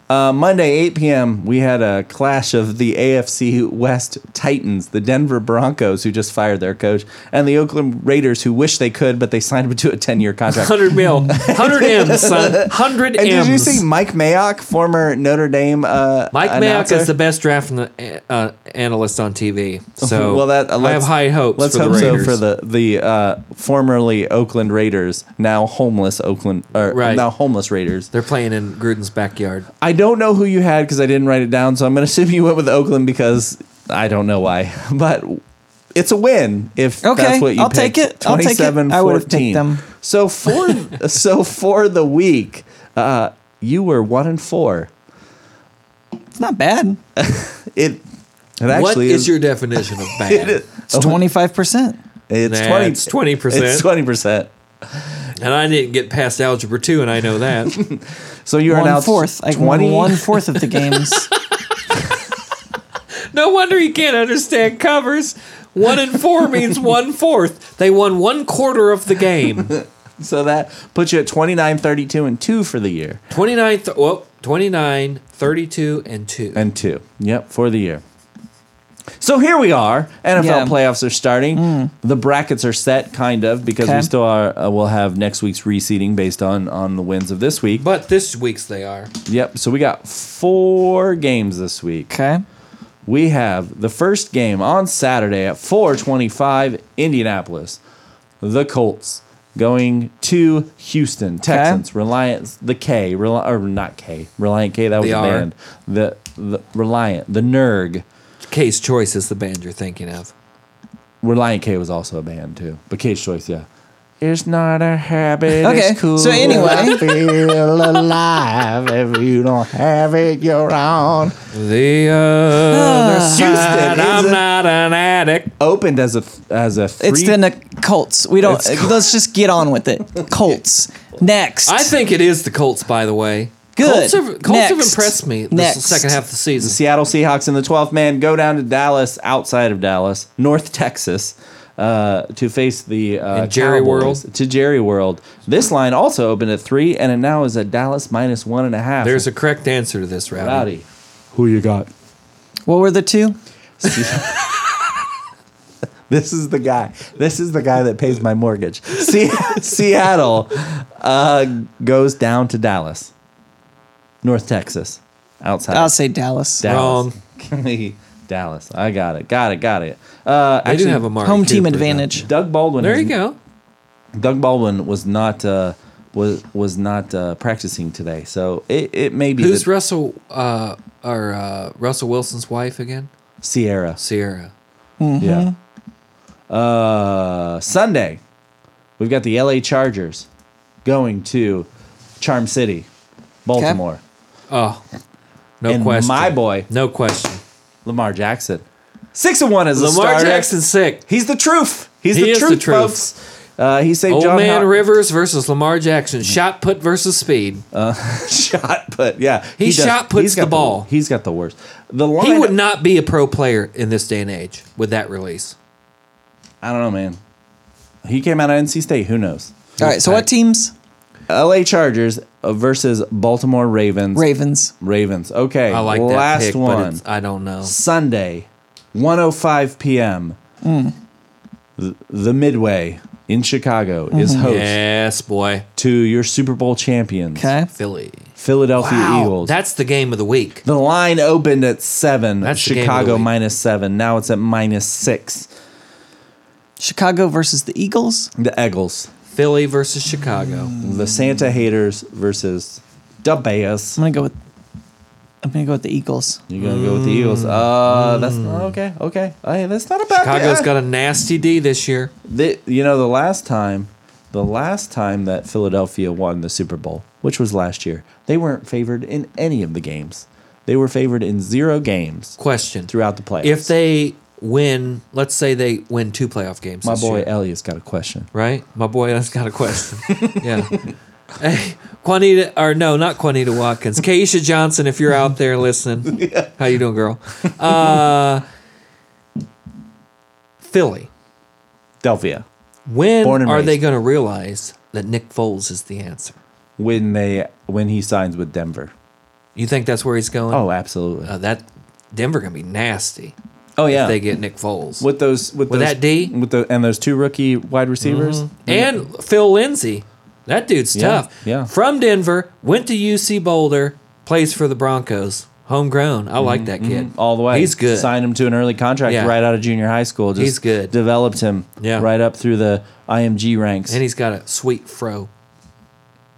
Speaker 1: Uh, Monday, 8 p.m., we had a clash of the AFC West Titans, the Denver Broncos, who just fired their coach, and the Oakland Raiders, who wish they could, but they signed him to a 10 year contract.
Speaker 2: 100 mil. 100 M's, son. 100
Speaker 1: And
Speaker 2: M's.
Speaker 1: did you see Mike Mayock, former Notre Dame? Uh,
Speaker 2: Mike Mayock
Speaker 1: announcer?
Speaker 2: is the best draft an- uh, analyst on TV. So
Speaker 1: well, that uh,
Speaker 2: I have
Speaker 1: let's-
Speaker 2: high hopes
Speaker 1: Let's
Speaker 2: for
Speaker 1: hope
Speaker 2: the Raiders.
Speaker 1: so for the the uh, formerly Oakland Raiders, now homeless Oakland, or
Speaker 2: Right.
Speaker 1: now homeless Raiders.
Speaker 2: They're playing in Gruden's backyard.
Speaker 1: I don't know who you had because I didn't write it down, so I'm going to assume you went with Oakland because I don't know why. But it's a win if
Speaker 3: Okay,
Speaker 1: that's what you
Speaker 3: I'll
Speaker 1: picked.
Speaker 3: take it. I'll take it.
Speaker 1: 27,
Speaker 3: I would've picked
Speaker 1: 14.
Speaker 3: them.
Speaker 1: So for so for the week, uh, you were one and four.
Speaker 3: It's not bad.
Speaker 1: It it actually
Speaker 2: what is, your definition of bad?
Speaker 1: Oh.
Speaker 3: It's twenty five percent.
Speaker 1: It's
Speaker 2: Nah,
Speaker 1: twenty.
Speaker 2: it's 20%.
Speaker 1: It's twenty percent.
Speaker 2: And I didn't get past algebra two, and I know that.
Speaker 1: So you are now
Speaker 3: One fourth. I
Speaker 1: twenty
Speaker 3: won one fourth of the games.
Speaker 2: no wonder he can't understand covers. One and four means one fourth. They won one quarter of the game.
Speaker 1: So that puts you at 29, 32, and two for the year.
Speaker 2: 29th. Well, 29, 32, and 2.
Speaker 1: and two. Yep, for the year. So here we are. NFL
Speaker 3: Yeah.
Speaker 1: playoffs are starting. The brackets are set, kind of, because we
Speaker 3: Okay.
Speaker 1: still are. Uh, we'll have next week's reseeding based on on the wins of this week.
Speaker 2: but this week's they are.
Speaker 1: Yep. So we got four games this week.
Speaker 3: Okay.
Speaker 1: We have the first game on Saturday at 4:25 Indianapolis. The Colts going to Houston Texans. Reliance the K Reli- or not K Reliant K that was
Speaker 2: The
Speaker 1: a
Speaker 2: R.
Speaker 1: band. The the Reliant the E Nerg
Speaker 2: Case Choice is the band you're thinking of.
Speaker 1: Reliant K was also a band too. But Cage Choice, yeah. It's not a habit.
Speaker 3: Okay,
Speaker 1: It's cool.
Speaker 3: so anyway.
Speaker 1: I feel alive. If you don't have it, you're on.
Speaker 2: The other
Speaker 3: Uh-huh.
Speaker 2: side,
Speaker 1: is
Speaker 2: I'm
Speaker 1: a-
Speaker 2: not an addict.
Speaker 1: Opened as a as a free
Speaker 3: It's the Nic- Colts. We don't.
Speaker 1: It's Col-
Speaker 3: Let's just get on with it. Colts. Next.
Speaker 2: I think it is the Colts, by the way. Colts,
Speaker 3: Good.
Speaker 2: have, Colts have
Speaker 3: Next.
Speaker 2: impressed me this
Speaker 3: Next.
Speaker 2: second half of the
Speaker 1: The
Speaker 2: season.
Speaker 1: Seattle Seahawks and the 12th man go down to Dallas, outside of Dallas, North Texas, uh, to face the uh,
Speaker 2: And Jerry
Speaker 1: Cowboys-
Speaker 2: World.
Speaker 1: To Jerry World. This line also opened at three, and it now is at Dallas minus one and a half.
Speaker 2: There's a correct answer to this, Rowdy.
Speaker 1: Rowdy. Who you got?
Speaker 3: what were the two?
Speaker 1: This is the guy. This is the guy that pays my mortgage. Se- Seattle uh, goes down to Dallas, North Texas, outside.
Speaker 3: I'll say Dallas.
Speaker 1: Dallas. Dallas. I got it. Got it. Got it. Uh,
Speaker 2: I do have a Amari
Speaker 3: Home team
Speaker 2: Cooper, though.
Speaker 3: advantage.
Speaker 1: Doug Baldwin.
Speaker 2: There
Speaker 1: is-
Speaker 2: you go.
Speaker 1: Doug Baldwin was not uh, was was not uh, practicing today, so it, it may be
Speaker 2: Who's
Speaker 1: the
Speaker 2: Russell uh, or uh, Russell Wilson's wife again?
Speaker 1: Sierra.
Speaker 2: Sierra.
Speaker 1: Yeah. Uh, Sunday, we've got the L.A. Chargers going to Charm City, Baltimore,
Speaker 2: Oh, no
Speaker 1: and
Speaker 2: question.
Speaker 1: my boy
Speaker 2: No question.
Speaker 1: Lamar Jackson, six and one as a
Speaker 2: Lamar
Speaker 1: starter.
Speaker 2: Jackson's sick.
Speaker 1: He's the truth. He's
Speaker 2: He
Speaker 1: the,
Speaker 2: is the
Speaker 1: truth,
Speaker 2: truth.
Speaker 1: folks. Uh, he saved
Speaker 2: Old
Speaker 1: John
Speaker 2: man
Speaker 1: Hop-
Speaker 2: Rivers versus Lamar
Speaker 1: Mm-hmm.
Speaker 2: Jackson. Shot put versus speed.
Speaker 1: Oh. shot put. Yeah,
Speaker 2: He
Speaker 1: does-
Speaker 2: shot puts
Speaker 1: he's got
Speaker 2: the ball.
Speaker 1: he's got the worst. The line,
Speaker 2: he would not be a pro player in this day and age with that release.
Speaker 1: I don't know, man. He came out of NC State. Who knows?
Speaker 3: All right. So what teams?
Speaker 1: L.A. Chargers uh, versus Baltimore Ravens.
Speaker 3: Ravens.
Speaker 1: Ravens. Okay.
Speaker 2: I like that
Speaker 1: last
Speaker 2: pick,
Speaker 1: one.
Speaker 2: but it's, uh, I don't know.
Speaker 1: Sunday, 1:05 p.m. Th- The Midway in Chicago is host
Speaker 2: Yes, boy.
Speaker 1: to your Super Bowl champions,
Speaker 3: Okay.
Speaker 2: Philly.
Speaker 1: Philadelphia
Speaker 2: Wow,
Speaker 1: Eagles.
Speaker 2: That's the game of the week.
Speaker 1: the line opened at seven.
Speaker 2: That's the game of the
Speaker 1: Chicago
Speaker 2: week.
Speaker 1: minus seven. Now it's at minus six.
Speaker 3: Chicago versus the Eagles.
Speaker 1: The Eagles,
Speaker 2: Philly versus Chicago.
Speaker 1: the Santa haters versus the Bears.
Speaker 3: I'm gonna go with. I'm gonna go with the Eagles.
Speaker 1: You're gonna go with the Eagles. Uh, that's okay. Okay, hey, that's not a bad.
Speaker 2: Mm. Chicago's
Speaker 1: uh,
Speaker 2: got a nasty D this year.
Speaker 1: the, you know the last time the last time that Philadelphia won the Super Bowl, which was last year, they weren't favored in any of the games. They were favored in zero games
Speaker 2: Question.
Speaker 1: throughout the playoffs.
Speaker 2: If they win, let's say they win two playoff games.
Speaker 1: my
Speaker 2: this
Speaker 1: boy
Speaker 2: year,
Speaker 1: Elliot's got a question.
Speaker 2: right? My boy has got a question. yeah. Hey, Juanita, or no, not Juanita Watkins. Keisha Johnson, if you're out there listening, how you doing, girl? Uh, Philly.
Speaker 1: Delphia,
Speaker 2: When
Speaker 1: Born
Speaker 2: are
Speaker 1: and
Speaker 2: they
Speaker 1: raised.
Speaker 2: going to realize that Nick Foles is the answer?
Speaker 1: when they when he signs with Denver.
Speaker 2: You think that's where he's going?
Speaker 1: Oh, absolutely.
Speaker 2: Uh, that Denver gonna be nasty.
Speaker 1: oh
Speaker 2: if
Speaker 1: yeah.
Speaker 2: they get Nick Foles
Speaker 1: with those with,
Speaker 2: With
Speaker 1: those,
Speaker 2: that D? Mm-hmm.
Speaker 1: with the and those two rookie wide receivers.
Speaker 2: and Phil Lindsay. That dude's
Speaker 1: Yeah,
Speaker 2: tough.
Speaker 1: yeah.
Speaker 2: From Denver, went to UC Boulder, plays for the Broncos. Homegrown. I like that kid
Speaker 1: mm-hmm. all the way.
Speaker 2: He's good.
Speaker 1: Signed him to an early contract
Speaker 2: Yeah.
Speaker 1: right out of junior high school. Just
Speaker 2: He's good.
Speaker 1: Developed him
Speaker 2: Yeah.
Speaker 1: right up through the IMG ranks.
Speaker 2: and he's got a sweet fro.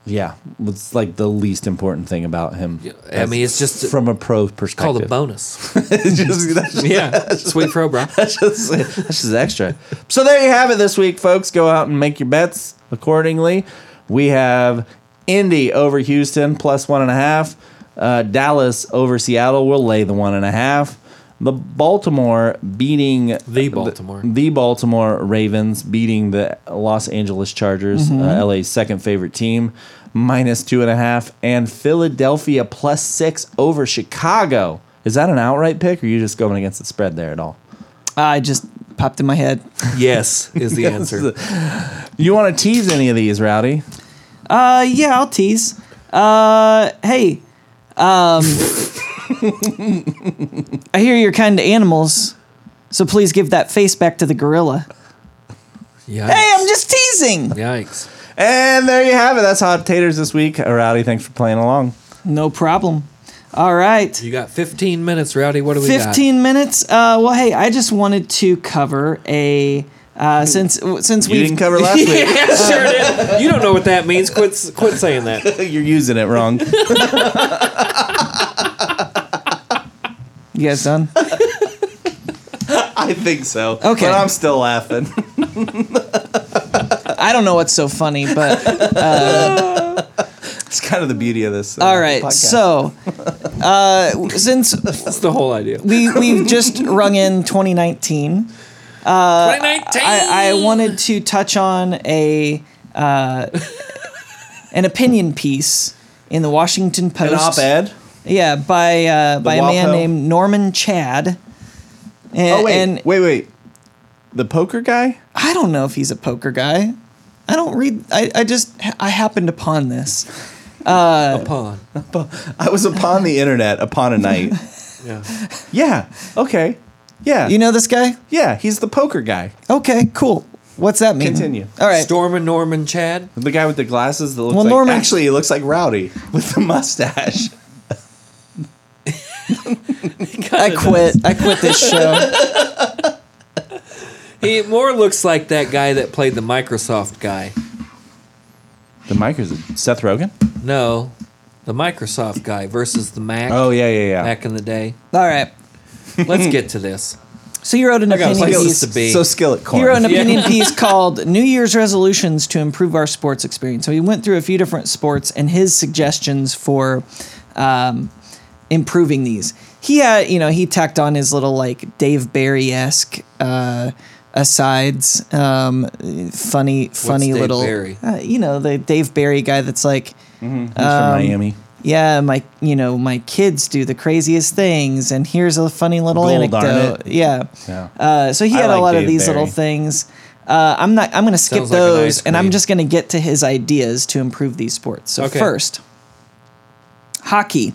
Speaker 1: yeah, it's like the least important thing about him.
Speaker 2: I mean, it's just
Speaker 1: from a pro perspective.
Speaker 2: called a bonus.
Speaker 1: It's just- that's just-
Speaker 2: yeah, sweet fro, bro.
Speaker 1: that's just- that's just extra. So there you have it this week, folks. Go out and make your bets accordingly. We have Indy over Houston plus one and a half. Uh, Dallas over Seattle. We'll lay the one and a half. The Baltimore beating
Speaker 2: The Baltimore.
Speaker 1: the, Baltimore Ravens beating the Los Angeles Chargers, uh, LA's second favorite team, minus two and a half, and Philadelphia plus six over Chicago. Is that an outright pick, or are you just going against the spread there at all?
Speaker 3: I just popped in my head.
Speaker 2: Yes is the answer.
Speaker 1: You want to tease any of these, Rowdy?
Speaker 3: Uh, yeah, I'll tease. Uh, hey, I hear you're kind to animals, so please give that face back to the gorilla.
Speaker 2: Yikes.
Speaker 3: Hey, I'm just teasing.
Speaker 2: Yikes.
Speaker 1: And there you have it. That's Hot Taters this week. Uh, Rowdy, thanks for playing along.
Speaker 3: No problem. All right.
Speaker 2: You got 15 minutes, Rowdy. What do we got?
Speaker 3: 15 minutes. Uh, well, hey, I just wanted to cover a uh, since since
Speaker 1: You
Speaker 3: we
Speaker 1: didn't cover last week.
Speaker 2: Yeah, sure did. You don't know what that means. Quit, quit saying that.
Speaker 1: You're using it wrong.
Speaker 3: you guys done.
Speaker 1: I think so.
Speaker 3: Okay.
Speaker 1: But I'm still laughing.
Speaker 3: I don't know what's so funny, but
Speaker 1: It's kind of the beauty of this. uh,
Speaker 3: all right.
Speaker 1: podcast.
Speaker 3: So uh, since
Speaker 2: That's the whole idea.
Speaker 3: we we've just rung in 2019.
Speaker 2: 2019.
Speaker 3: I, I wanted to touch on a uh, an opinion piece in the Washington Post.
Speaker 1: an op-ed.
Speaker 3: Yeah, by uh, by a man
Speaker 1: WAPO?
Speaker 3: named Norman Chad. And,
Speaker 1: Oh wait,
Speaker 3: and
Speaker 1: wait, wait. The poker guy.
Speaker 3: I don't know if he's a poker guy. I don't read. I, I just I happened upon this.
Speaker 2: Upon.
Speaker 1: I was upon the internet upon a night.
Speaker 2: Yeah.
Speaker 1: Yeah. Okay. Yeah.
Speaker 3: You know this guy?
Speaker 1: yeah. He's the poker guy.
Speaker 3: Okay, cool. What's that mean?
Speaker 1: Continue.
Speaker 3: All right.
Speaker 2: Storm and Norman Chad.
Speaker 1: The guy with the glasses that looks
Speaker 3: Well,
Speaker 1: like
Speaker 3: Norman-
Speaker 1: actually he looks like Rowdy with the mustache.
Speaker 3: I quit. I quit this show.
Speaker 2: He more looks like that guy that played the Microsoft guy.
Speaker 1: The mic is Seth Rogen.
Speaker 2: No, the Microsoft guy versus the Mac
Speaker 1: Oh yeah, yeah, yeah.
Speaker 2: back in the day.
Speaker 3: All right.
Speaker 2: Let's get to this.
Speaker 3: So you wrote an
Speaker 2: got
Speaker 3: opinion
Speaker 2: places
Speaker 3: piece.
Speaker 2: to be.
Speaker 1: So skillet corn.
Speaker 3: He wrote an
Speaker 2: Yeah.
Speaker 3: opinion piece called New Year's Resolutions to Improve Our Sports Experience. So he went through a few different sports and his suggestions for um, improving these. He had, you know, he tacked on his little like Dave Barry esque uh, asides, um, funny, funny
Speaker 2: Dave
Speaker 3: little,
Speaker 2: Barry?
Speaker 3: Uh, you know, the Dave Barry guy that's like,
Speaker 1: He's from Miami.
Speaker 3: yeah, my you know my kids do the craziest things, and here's a funny little
Speaker 1: Gold, darn
Speaker 3: anecdote.
Speaker 1: it.
Speaker 3: Yeah.
Speaker 1: Yeah.
Speaker 3: Uh, so he
Speaker 1: I
Speaker 3: had a
Speaker 1: like
Speaker 3: lot of
Speaker 1: Dave
Speaker 3: these
Speaker 1: Barry.
Speaker 3: little things. Uh, I'm not. I'm going to skip
Speaker 2: Sounds like an
Speaker 3: those,
Speaker 2: ice
Speaker 3: and I'm
Speaker 2: cream.
Speaker 3: just going to get to his ideas to improve these sports. So
Speaker 2: Okay.
Speaker 3: first, hockey.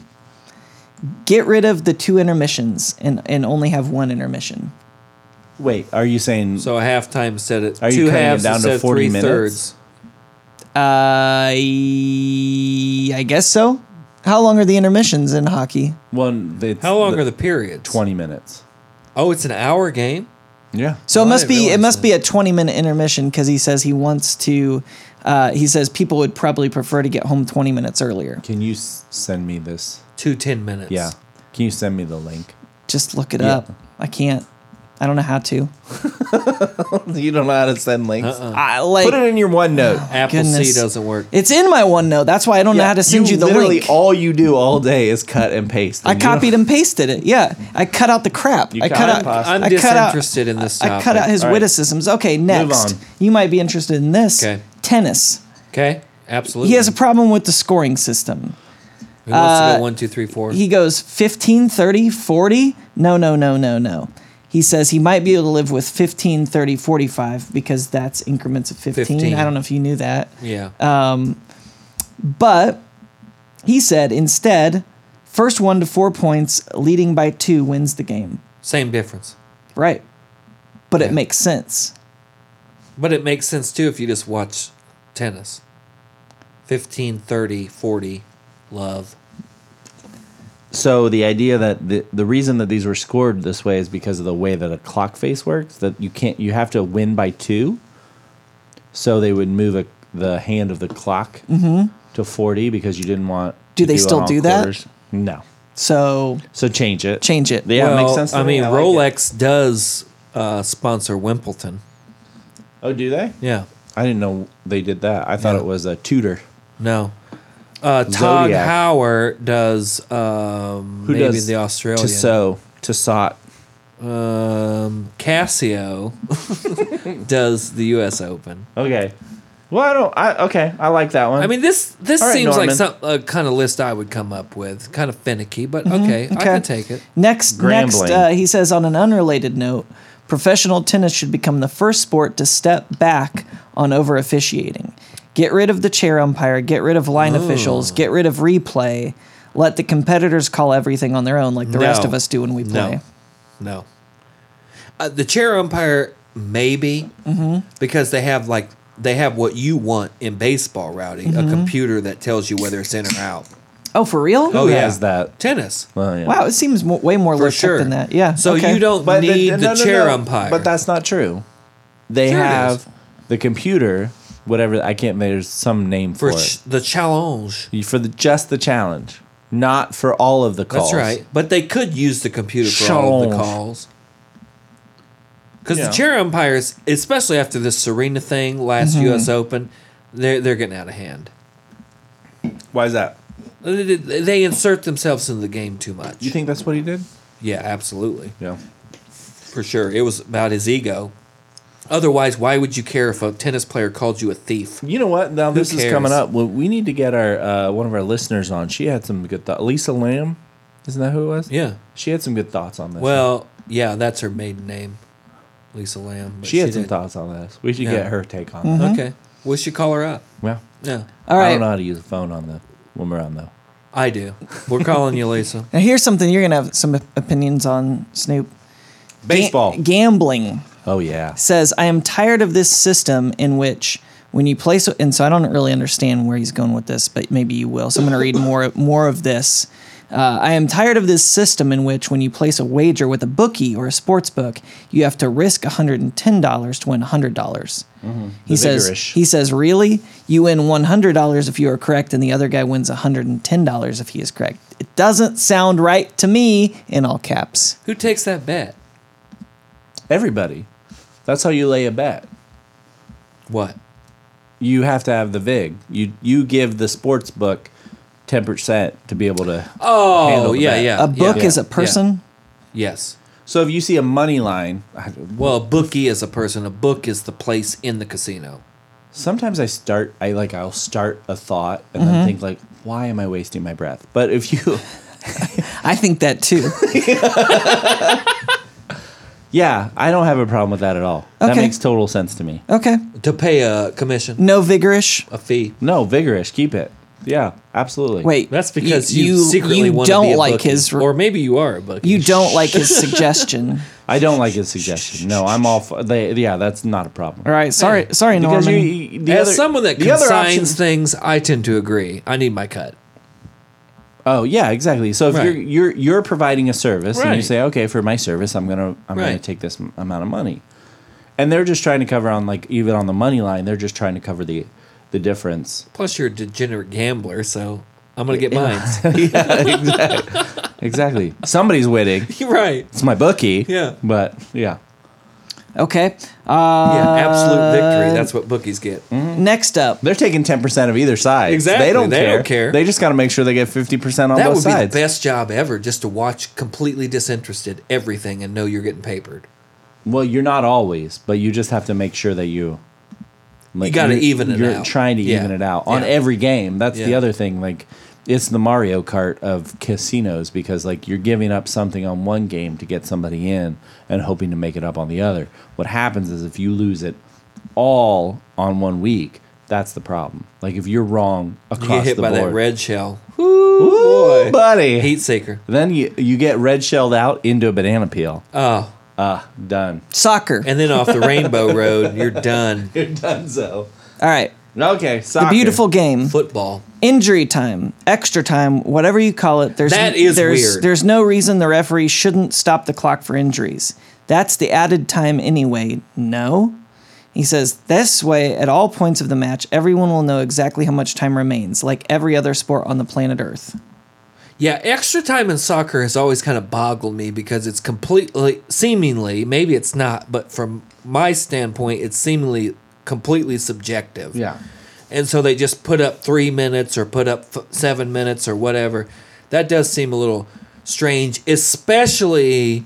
Speaker 3: Get rid of the two intermissions and and only have one intermission.
Speaker 1: Wait, are you saying?
Speaker 2: So a halftime set it.
Speaker 1: Are you
Speaker 2: two
Speaker 1: cutting it
Speaker 2: halves
Speaker 1: down to
Speaker 2: instead of
Speaker 1: 40
Speaker 2: three
Speaker 1: minutes?
Speaker 2: thirds.
Speaker 3: Uh, I guess so. How long are the intermissions in hockey?
Speaker 1: one. It's
Speaker 2: How long are the periods?
Speaker 1: Twenty minutes.
Speaker 2: Oh, it's an hour game.
Speaker 1: Yeah.
Speaker 3: So it
Speaker 2: Well, I didn't
Speaker 3: must be it
Speaker 2: realize
Speaker 3: must
Speaker 2: that.
Speaker 3: be a 20 minute intermission because he says he wants to. Uh, he says people would probably prefer to get home 20 minutes earlier.
Speaker 1: Can you s- send me this?
Speaker 2: Two ten minutes.
Speaker 1: Yeah. Can you send me the link?
Speaker 3: Just look it
Speaker 1: Yeah.
Speaker 3: up. I can't. I don't know how to.
Speaker 1: You don't know how to send links.
Speaker 3: I like
Speaker 1: Put it in your OneNote.
Speaker 2: Apple
Speaker 3: Goodness.
Speaker 2: C doesn't work.
Speaker 3: it's in my OneNote. That's why I don't know how to send you, the
Speaker 1: literally
Speaker 3: link.
Speaker 1: all you do all day is cut and paste.
Speaker 3: I
Speaker 1: and you don't-
Speaker 3: copied and pasted it. Yeah, I cut out the crap. I
Speaker 1: cut
Speaker 3: cut
Speaker 1: out
Speaker 3: out.
Speaker 1: pasta.
Speaker 2: I'm
Speaker 3: I cut out-
Speaker 2: disinterested in this topic.
Speaker 3: I cut out his
Speaker 1: All right.
Speaker 3: witticisms. Okay, next.
Speaker 1: on.
Speaker 3: You might be interested in this.
Speaker 2: Okay.
Speaker 3: Tennis.
Speaker 2: okay, absolutely.
Speaker 3: He has a problem with the scoring system.
Speaker 2: Who wants to
Speaker 3: uh,
Speaker 2: go one, two, three, four?
Speaker 3: he goes 15 30 40 no no no no no he says he might be able to live with 15 30 45 because that's increments of 15,
Speaker 2: 15.
Speaker 3: i don't know if you knew that
Speaker 2: yeah.
Speaker 3: uh, but he said instead first one to four points leading by two wins the game
Speaker 2: Same difference.
Speaker 3: right but
Speaker 2: Yeah.
Speaker 3: it makes sense
Speaker 2: But it makes sense too if you just watch tennis. 15, 30, 40, love.
Speaker 1: So the idea that the, the reason that these were scored this way is because of the way that a clock face works. That you can't you have to win by two. So they would move a, the hand of the clock to forty because you didn't want.
Speaker 3: Mm-hmm. Do
Speaker 1: to
Speaker 3: they
Speaker 1: it
Speaker 3: still
Speaker 1: all
Speaker 3: do that?
Speaker 1: No.
Speaker 3: so
Speaker 1: So change it.
Speaker 3: change it
Speaker 1: Yeah, it
Speaker 2: Well,
Speaker 1: makes sense. To
Speaker 2: I
Speaker 1: me.
Speaker 2: mean,
Speaker 1: like it.
Speaker 2: Rolex does uh, sponsor Wimbledon.
Speaker 1: Oh, do they?
Speaker 2: Yeah.
Speaker 1: I didn't know they did that. I thought
Speaker 2: Yeah.
Speaker 1: it was a Tudor.
Speaker 2: No. Uh, Todd
Speaker 1: Zodiac.
Speaker 2: Howard does um,
Speaker 1: Who
Speaker 2: maybe
Speaker 1: does
Speaker 2: the Australian.
Speaker 1: Tissot. Tissot.
Speaker 2: Um, Casio does the U.S. Open.
Speaker 1: Okay. Well, I don't. I okay. I like that one.
Speaker 2: I mean, this this
Speaker 1: All right,
Speaker 2: seems like
Speaker 1: Norman.
Speaker 2: some a kind of list I would come up with. Kind of finicky, but
Speaker 1: Mm-hmm.
Speaker 2: okay, I can take it.
Speaker 3: Next, next
Speaker 1: Grambling.
Speaker 3: uh, he says on an unrelated note, professional tennis should become the first sport to step back on over officiating. Get rid of the chair umpire, get rid of line officials, get rid of replay. let the competitors call everything on their own like the rest
Speaker 2: No.
Speaker 3: of us do when we play.
Speaker 2: No, no. Uh, the chair umpire, maybe,
Speaker 3: Mm-hmm.
Speaker 2: because they have like they have what you want in baseball routing,
Speaker 3: Mm-hmm.
Speaker 2: a computer that tells you whether it's in or out.
Speaker 3: Oh, for real?
Speaker 2: Oh
Speaker 1: Who
Speaker 2: yeah,
Speaker 1: has that?
Speaker 2: tennis
Speaker 1: Well, yeah.
Speaker 3: Wow, it seems mo- way more
Speaker 2: for
Speaker 3: legit
Speaker 2: sure.
Speaker 3: than that. Yeah.
Speaker 2: So
Speaker 3: okay.
Speaker 2: you don't
Speaker 1: the-
Speaker 2: Oh, need the
Speaker 1: no, no,
Speaker 2: chair
Speaker 1: no.
Speaker 2: umpire.
Speaker 1: But that's not true. They
Speaker 2: Sure it is.
Speaker 1: have the computer, whatever. I can't. There's some name for,
Speaker 2: for ch- the challenge.
Speaker 1: it for the just the challenge, not for all of the calls.
Speaker 2: That's right. But they could use the computer for all of the
Speaker 1: Challenge.
Speaker 2: calls. Because
Speaker 1: Yeah.
Speaker 2: the chair umpires, especially after this Serena thing last
Speaker 3: Mm-hmm.
Speaker 2: U.S. Open, they're they're getting out of hand.
Speaker 1: Why is that?
Speaker 2: They- They they insert themselves into the game too much.
Speaker 1: You think that's what he did?
Speaker 2: Yeah, absolutely.
Speaker 1: Yeah.
Speaker 2: For sure. It was about his ego. Otherwise, why would you care if a tennis player called you a thief?
Speaker 1: You know what? Now this is
Speaker 2: cares?
Speaker 1: coming up. Well, we need to get our uh, one of our listeners on. She had some good thoughts. Lisa Lamb, isn't that who it was?
Speaker 2: Yeah.
Speaker 1: She had some good thoughts on this.
Speaker 2: Well, yeah, that's her maiden name, Lisa Lamb. but
Speaker 1: she, had some
Speaker 2: did-
Speaker 1: thoughts on this. We should
Speaker 2: Yeah.
Speaker 1: get her take on it.
Speaker 2: Okay. We should call her up.
Speaker 1: Well,
Speaker 2: Yeah.
Speaker 3: Mm-hmm. All
Speaker 1: I
Speaker 3: right.
Speaker 1: don't know how to use a phone on the when we're on though.
Speaker 2: I do. We're calling you, Lisa.
Speaker 3: Now, here's something you're going to have some op- opinions on, Snoop. Ga-
Speaker 1: Baseball.
Speaker 3: gambling
Speaker 1: oh yeah.
Speaker 3: says, I am tired of this system in which when you place, and so I don't really understand where he's going with this, but maybe you will. So I'm going to read more, more of this. Uh, I am tired of this system in which when you place a wager with a bookie or a sports book, you have to risk $110 to win $100. dollars He says,
Speaker 1: vigorish.
Speaker 3: he says, really? You win $100 if you are correct, and the other guy wins $110 if he is correct. It doesn't sound right to me, in all caps.
Speaker 2: Who takes that bet?
Speaker 1: Everybody. That's how you lay a bet.
Speaker 2: What?
Speaker 1: You have to have the vig. You you give the sports book ten percent to be able to. handle
Speaker 2: Oh,
Speaker 1: the
Speaker 2: yeah,
Speaker 1: bet.
Speaker 2: yeah.
Speaker 3: A book
Speaker 2: yeah,
Speaker 3: is a
Speaker 2: yeah.
Speaker 3: person.
Speaker 2: Yes.
Speaker 1: So if you see a money line, I-
Speaker 2: Well, a bookie is a person. A book is the place in the casino.
Speaker 1: sometimes I start I like I'll start a thought and
Speaker 3: Mm-hmm.
Speaker 1: then think like why am I wasting my breath? But if you
Speaker 3: I think that too.
Speaker 1: Yeah, I don't have a problem with that at all. That
Speaker 3: Okay.
Speaker 1: makes total sense to me.
Speaker 3: Okay.
Speaker 2: To pay a commission,
Speaker 3: No vigorish.
Speaker 2: a fee.
Speaker 1: No, vigorous, keep it. Yeah, absolutely.
Speaker 3: Wait.
Speaker 2: That's because
Speaker 3: you
Speaker 2: you, secretly
Speaker 3: you
Speaker 2: want
Speaker 3: don't
Speaker 2: to be a
Speaker 3: like
Speaker 2: bookie.
Speaker 3: his
Speaker 2: or maybe you are a bookie.
Speaker 3: you don't like his suggestion.
Speaker 1: I don't like his suggestion. No, I'm all for they, yeah, that's not a problem.
Speaker 3: All right. Sorry. Sorry,
Speaker 1: Because
Speaker 3: Norman.
Speaker 1: you, the
Speaker 2: As
Speaker 1: other,
Speaker 2: someone that
Speaker 1: the other option,
Speaker 2: consigns things, I tend to agree. I need my cut.
Speaker 1: Oh, yeah, exactly. So if
Speaker 2: Right.
Speaker 1: you're you're you're providing a service and you
Speaker 2: Right.
Speaker 1: say, "Okay, for my service, I'm going to I'm going to
Speaker 2: Right.
Speaker 1: take this m- amount of money." And they're just trying to cover on like even on the money line, they're just trying to cover the the difference.
Speaker 2: Plus, you're a degenerate gambler, so I'm gonna get mine.
Speaker 1: Exactly. Somebody's winning.
Speaker 2: You're right.
Speaker 1: It's my bookie.
Speaker 2: Yeah.
Speaker 1: But yeah.
Speaker 3: okay. Uh,
Speaker 2: Yeah, absolute
Speaker 1: Uh,
Speaker 2: victory. That's what bookies get.
Speaker 3: next up.
Speaker 1: They're taking 10% of either side.
Speaker 2: Exactly.
Speaker 1: They don't
Speaker 2: They
Speaker 1: care.
Speaker 2: don't care.
Speaker 1: They just got to make sure they get 50% on
Speaker 2: That
Speaker 1: both
Speaker 2: would
Speaker 1: sides.
Speaker 2: be the best job ever, just to watch completely disinterested everything and know you're getting papered.
Speaker 1: Well, you're not always, but you just have to make sure that you. Like,
Speaker 2: You gotta
Speaker 1: you're-
Speaker 2: even it
Speaker 1: You're
Speaker 2: out.
Speaker 1: trying to
Speaker 2: Yeah.
Speaker 1: even it out on
Speaker 2: Yeah.
Speaker 1: every game. That's the
Speaker 2: Yeah.
Speaker 1: other thing. Like, it's the Mario Kart of casinos because, like, you're giving up something on one game to get somebody in and hoping to make it up on the other. What happens is if you lose it all on one week, that's the problem. Like, if you're wrong
Speaker 2: You
Speaker 1: across
Speaker 2: get hit
Speaker 1: the
Speaker 2: by
Speaker 1: board,
Speaker 2: that red shell.
Speaker 1: Ooh,
Speaker 2: boy.
Speaker 1: buddy.
Speaker 2: Heat seeker.
Speaker 1: Then you you get red shelled out into a banana peel.
Speaker 2: Oh,
Speaker 1: Ah, done.
Speaker 3: Soccer.
Speaker 2: and then off the rainbow road, you're done.
Speaker 1: You're done. So
Speaker 3: All right.
Speaker 1: okay,
Speaker 3: The
Speaker 1: soccer.
Speaker 3: beautiful game.
Speaker 2: Football.
Speaker 3: Injury time, extra time, whatever you call it. There's
Speaker 2: That is
Speaker 3: there's,
Speaker 2: weird.
Speaker 3: There's no reason the referee shouldn't stop the clock for injuries. That's the added time anyway. No. He says, this way, at all points of the match, everyone will know exactly how much time remains, like every other sport on the planet Earth.
Speaker 2: Yeah, extra time in soccer has always kind of boggled me because it's completely, seemingly, maybe it's not, but from my standpoint, it's seemingly completely subjective.
Speaker 1: Yeah.
Speaker 2: And so they just put up three minutes or put up f- seven minutes or whatever. That does seem a little strange, especially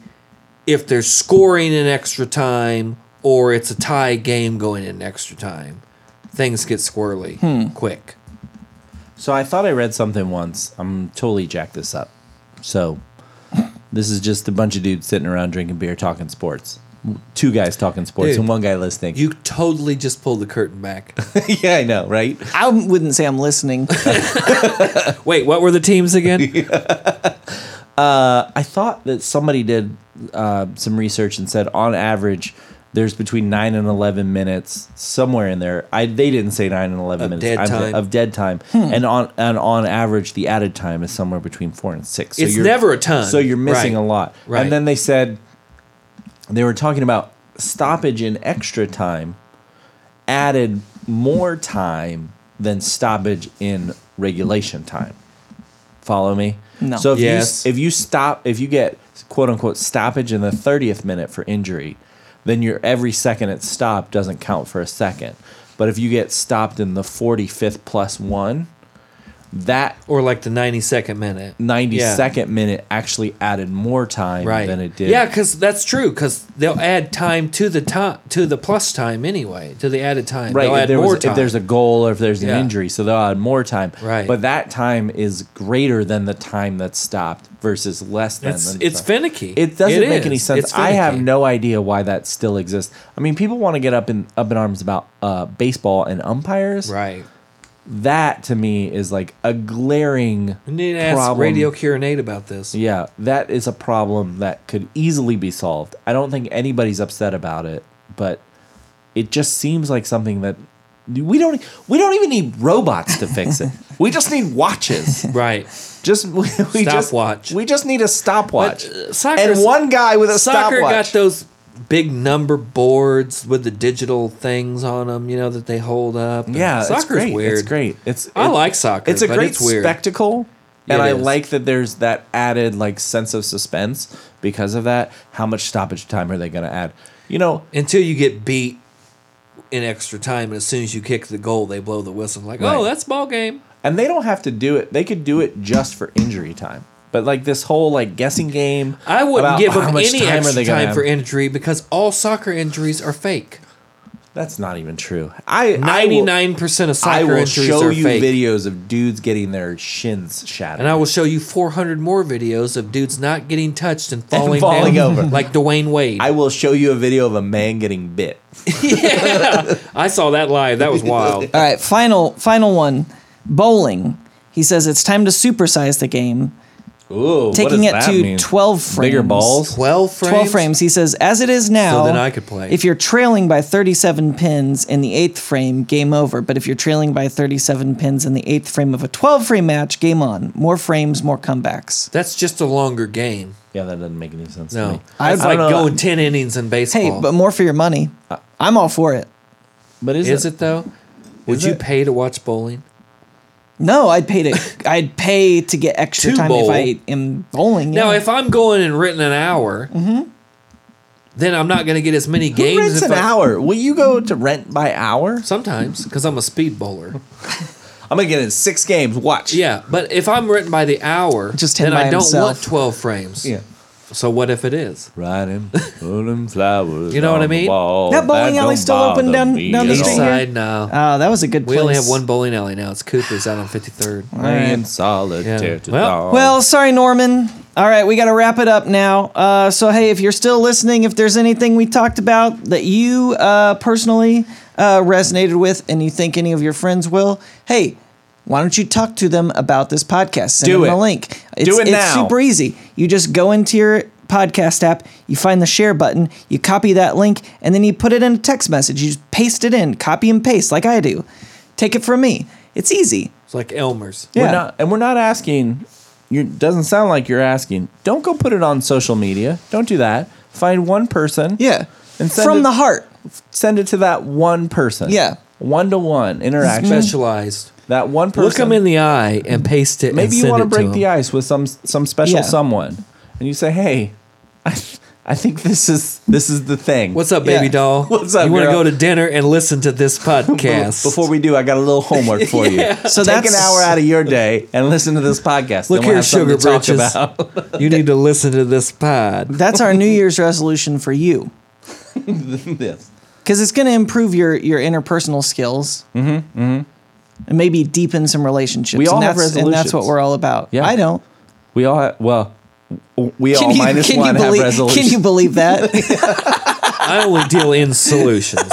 Speaker 2: if they're scoring in extra time or it's a tie game going in extra time. Things get squirrely quick.
Speaker 1: So I thought I read something once. I'm totally jacked this up. So this is just a bunch of dudes sitting around drinking beer, talking sports. two guys talking sports
Speaker 2: Dude,
Speaker 1: and one guy listening.
Speaker 2: You totally just pulled the curtain back.
Speaker 1: yeah, I know, right?
Speaker 3: I wouldn't say I'm listening.
Speaker 2: Wait, what were the teams again?
Speaker 1: I thought that somebody did uh, some research and said on average there's between nine and eleven minutes somewhere in there. I they didn't say nine and eleven
Speaker 2: Of
Speaker 1: minutes
Speaker 2: dead
Speaker 1: I'm-
Speaker 2: time. Hmm.
Speaker 1: of dead time, and on and on average the added time is somewhere between four and six.
Speaker 2: It's never a ton.
Speaker 1: So you're missing
Speaker 2: Right.
Speaker 1: a lot.
Speaker 2: Right.
Speaker 1: And then they said they were talking about stoppage in extra time added more time than stoppage in regulation time. Follow me?
Speaker 3: No.
Speaker 1: So if
Speaker 2: Yes.
Speaker 1: you if you stop if you get quote unquote stoppage in the 30th minute for injury, then your every second it's stopped doesn't count for a second. But if you get stopped in the 45th plus 1, that
Speaker 2: or like the 90 second minute.
Speaker 1: 90
Speaker 2: Yeah.
Speaker 1: second minute actually added more time
Speaker 2: right.
Speaker 1: than it did.
Speaker 2: Yeah, because that's true. Because they'll add time to the time to the plus time anyway to the added time.
Speaker 1: Right.
Speaker 2: They'll
Speaker 1: If,
Speaker 2: add
Speaker 1: there
Speaker 2: more
Speaker 1: was,
Speaker 2: time.
Speaker 1: if there's a goal or if there's an
Speaker 2: Yeah.
Speaker 1: injury, so they'll add more time.
Speaker 2: Right.
Speaker 1: But that time is greater than the time that's stopped versus less than.
Speaker 2: it's,
Speaker 1: than the
Speaker 2: it's
Speaker 1: time.
Speaker 2: finicky.
Speaker 1: It doesn't
Speaker 2: It
Speaker 1: make any
Speaker 2: is.
Speaker 1: sense.
Speaker 2: It's
Speaker 1: I have
Speaker 2: finicky.
Speaker 1: no idea why that still exists. I mean, people want to get up in up in arms about uh, baseball and umpires.
Speaker 2: right.
Speaker 1: That to me is like a glaring
Speaker 2: We need to ask
Speaker 1: problem.
Speaker 2: Radio Curinate about this.
Speaker 1: Yeah, that is a problem that could easily be solved. I don't think anybody's upset about it, but it just seems like something that we don't we don't even need robots to fix it. we just need watches.
Speaker 2: Right.
Speaker 1: Just we, we just
Speaker 2: Stopwatch.
Speaker 1: We just need a stopwatch.
Speaker 2: But, uh, soccer's-
Speaker 1: and one guy with a
Speaker 2: Soccer
Speaker 1: stopwatch.
Speaker 2: got those big number boards with the digital things on them. You know that they hold up. And
Speaker 1: yeah,
Speaker 2: soccer's
Speaker 1: it's great.
Speaker 2: weird.
Speaker 1: It's great. It's
Speaker 2: I
Speaker 1: it-
Speaker 2: like soccer.
Speaker 1: It's a
Speaker 2: but
Speaker 1: great
Speaker 2: it's weird.
Speaker 1: spectacle, and
Speaker 2: It
Speaker 1: I
Speaker 2: is.
Speaker 1: like that there's that added like sense of suspense because of that. How much stoppage time are they going to add? You know,
Speaker 2: until you get beat in extra time, and as soon as you kick the goal, they blow the whistle. Like,
Speaker 1: Right.
Speaker 2: oh, that's ball game.
Speaker 1: and they don't have to do it. They could do it just for injury time. But like this whole like guessing game,
Speaker 2: I wouldn't
Speaker 1: about
Speaker 2: give
Speaker 1: how
Speaker 2: them
Speaker 1: much
Speaker 2: any
Speaker 1: time are
Speaker 2: extra
Speaker 1: they gonna
Speaker 2: time
Speaker 1: have.
Speaker 2: for injury because all soccer injuries are fake.
Speaker 1: That's not even true. I I
Speaker 2: Ninety
Speaker 1: will,
Speaker 2: nine percent of
Speaker 1: I
Speaker 2: soccer
Speaker 1: will
Speaker 2: injuries
Speaker 1: show
Speaker 2: are
Speaker 1: you
Speaker 2: fake,
Speaker 1: videos of dudes getting their shins shattered.
Speaker 2: and I will show you four hundred more videos of dudes not getting touched and falling,
Speaker 1: falling
Speaker 2: down,
Speaker 1: over.
Speaker 2: like Dwayne Wade.
Speaker 1: I will show you a video of a man getting bit.
Speaker 2: I saw that live. That was wild.
Speaker 3: All right, final final one. Bowling. He says it's time to supersize the game,
Speaker 1: Ooh, what
Speaker 3: taking
Speaker 1: does
Speaker 3: it
Speaker 1: that
Speaker 3: to
Speaker 1: mean?
Speaker 3: 12 frames.
Speaker 1: Bigger balls.
Speaker 2: Twelve frames.
Speaker 3: 12 frames. He says, as it is now,
Speaker 2: then I could play.
Speaker 3: If you're trailing by 37 pins in the eighth frame, game over. But if you're trailing by 37 pins in the eighth frame of a 12 frame match, game on. More frames, more comebacks.
Speaker 2: That's just a longer game.
Speaker 1: Yeah, that doesn't make any sense. to
Speaker 2: No,
Speaker 1: me.
Speaker 3: I-
Speaker 2: it's
Speaker 3: I
Speaker 2: like
Speaker 3: don't know.
Speaker 2: going ten innings in baseball.
Speaker 3: Hey, but more for your money. I'm all for it.
Speaker 1: but is,
Speaker 2: is
Speaker 1: it?
Speaker 2: it though? Would
Speaker 1: Is
Speaker 2: you
Speaker 1: it?
Speaker 2: pay to watch bowling?
Speaker 3: No, I'd pay to I'd pay to get extra
Speaker 2: To
Speaker 3: time
Speaker 2: bowl.
Speaker 3: if I am bowling.
Speaker 2: Now,
Speaker 3: yeah.
Speaker 2: if I'm going and renting an hour, then I'm not going to get as many
Speaker 1: Mm-hmm. Who
Speaker 2: games.
Speaker 1: rents
Speaker 2: if
Speaker 1: an
Speaker 2: I-
Speaker 1: hour? Will you go to rent by hour?
Speaker 2: Sometimes, because I'm a speed bowler.
Speaker 1: I'm gonna get in six games. Watch.
Speaker 2: Yeah, but if I'm renting by the hour,
Speaker 3: Just him
Speaker 2: then I
Speaker 3: by
Speaker 2: don't want
Speaker 3: himself.
Speaker 2: 12 frames.
Speaker 1: Yeah.
Speaker 2: So what if it is?
Speaker 1: Riding, pulling flowers.
Speaker 2: You know what I
Speaker 1: on the
Speaker 2: mean?
Speaker 1: wall.
Speaker 3: That bowling
Speaker 1: don't
Speaker 3: alley's still open
Speaker 1: bother
Speaker 3: down-
Speaker 1: me
Speaker 3: down the
Speaker 1: at
Speaker 3: street
Speaker 2: East
Speaker 1: all.
Speaker 3: here?
Speaker 2: side, no.
Speaker 3: Oh, that was a good
Speaker 2: we
Speaker 3: place.
Speaker 2: only have one bowling alley now. It's Cooper's out on 53rd.
Speaker 1: Playing solitaire
Speaker 2: Yeah.
Speaker 1: to
Speaker 2: Well-
Speaker 1: dawn.
Speaker 3: Well, sorry, Norman. All right, we got to wrap it up now. Uh, so, hey, if you're still listening, if there's anything we talked about that you uh, personally uh, resonated with and you think any of your friends will, hey, why don't you talk to them about this podcast? Send
Speaker 1: Do
Speaker 3: them
Speaker 1: it.
Speaker 3: a link. It's,
Speaker 1: it
Speaker 3: it's
Speaker 1: now.
Speaker 3: super easy. You just go into your podcast app, you find the share button, you copy that link, and then you put it in a text message. You just paste it in, copy and paste like I do. Take it from me. It's easy.
Speaker 2: It's like Elmer's.
Speaker 1: We're
Speaker 3: yeah.
Speaker 1: not, and we're not asking. You doesn't sound like you're asking. Don't go put it on social media. Don't do that. Find one person.
Speaker 3: Yeah.
Speaker 1: And send
Speaker 3: From
Speaker 1: it-
Speaker 3: the heart.
Speaker 1: Send it to that one person.
Speaker 3: Yeah.
Speaker 1: One to one interaction.
Speaker 2: Specialized.
Speaker 1: That one person.
Speaker 2: Look them in the eye and paste it.
Speaker 1: Maybe you
Speaker 2: want to
Speaker 1: break
Speaker 2: them.
Speaker 1: the ice with some some special
Speaker 3: Yeah.
Speaker 1: someone, and you say, "Hey, I, I think this is this is the thing."
Speaker 2: What's up, baby
Speaker 3: Yeah.
Speaker 2: doll?
Speaker 1: What's up,
Speaker 2: You wanna
Speaker 1: girl?
Speaker 2: go to dinner and listen to this podcast
Speaker 1: Before we do, I got a little homework for you.
Speaker 3: So
Speaker 1: Take an
Speaker 3: that's-
Speaker 1: hour out of your day and listen to this podcast. then
Speaker 2: Look
Speaker 1: we'll
Speaker 2: here,
Speaker 1: have something
Speaker 2: sugar
Speaker 1: to talk
Speaker 2: britches.
Speaker 1: about.
Speaker 2: you need to listen to this pod.
Speaker 3: That's our New Year's resolution for you.
Speaker 1: Yes.
Speaker 3: Because it's going to improve your, your interpersonal skills. Mm-hmm. Mm-hmm. And maybe deepen some relationships.
Speaker 1: We all
Speaker 3: and
Speaker 1: have
Speaker 3: that's, And that's
Speaker 1: resolutions.
Speaker 3: what we're all about.
Speaker 1: Yeah.
Speaker 3: I don't.
Speaker 1: We all ha well, w- we all minus one have
Speaker 3: believe,
Speaker 1: resolutions.
Speaker 3: Can you believe that?
Speaker 2: I only deal in solutions.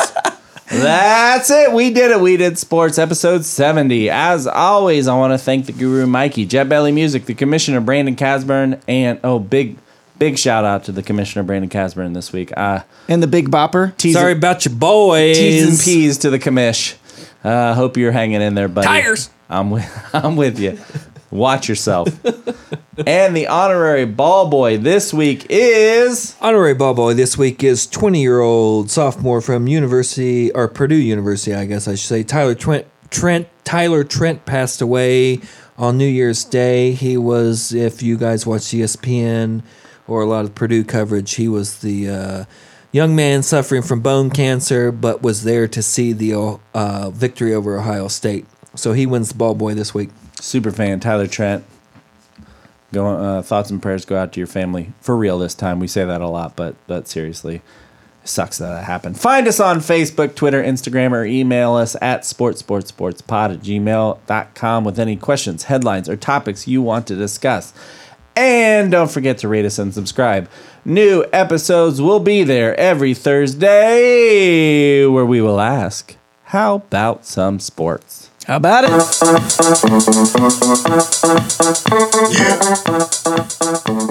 Speaker 1: That's it. We did it. We did sports episode 70. As always, I want to thank the guru Mikey, Jet Belly Music, the commissioner Brandon Casburn, and oh, big, big shout out to the commissioner Brandon Casburn this week. Uh,
Speaker 3: And the Big Bopper.
Speaker 1: teas
Speaker 2: Sorry about your boys.
Speaker 1: T's and P's to the commish. Uh, hope you're hanging in there, buddy.
Speaker 2: Tires.
Speaker 1: I'm with, I'm with you. Watch yourself. and the honorary ball boy this week is
Speaker 2: Honorary ball boy this week is 20 year old sophomore from University or Purdue University, I guess I should say. Tyler Trent, Trent Tyler Trent passed away on New Year's Day. He was, if you guys watch E ESPN or a lot of Purdue coverage, he was the uh, young man suffering from bone cancer, but was there to see the uh, victory over Ohio State. So he wins the ball boy this week.
Speaker 1: super fan Tyler Trent. Go uh, thoughts and prayers go out to your family for real this time. We say that a lot, but but seriously, it sucks that that happened. Find us on Facebook, Twitter, Instagram, or email us at sportsportsportspod at gmail.com with any questions, headlines, or topics you want to discuss. And don't forget to rate us and subscribe. New episodes will be there every Thursday, where we will ask, How about some sports?
Speaker 3: How about it?
Speaker 4: Yeah.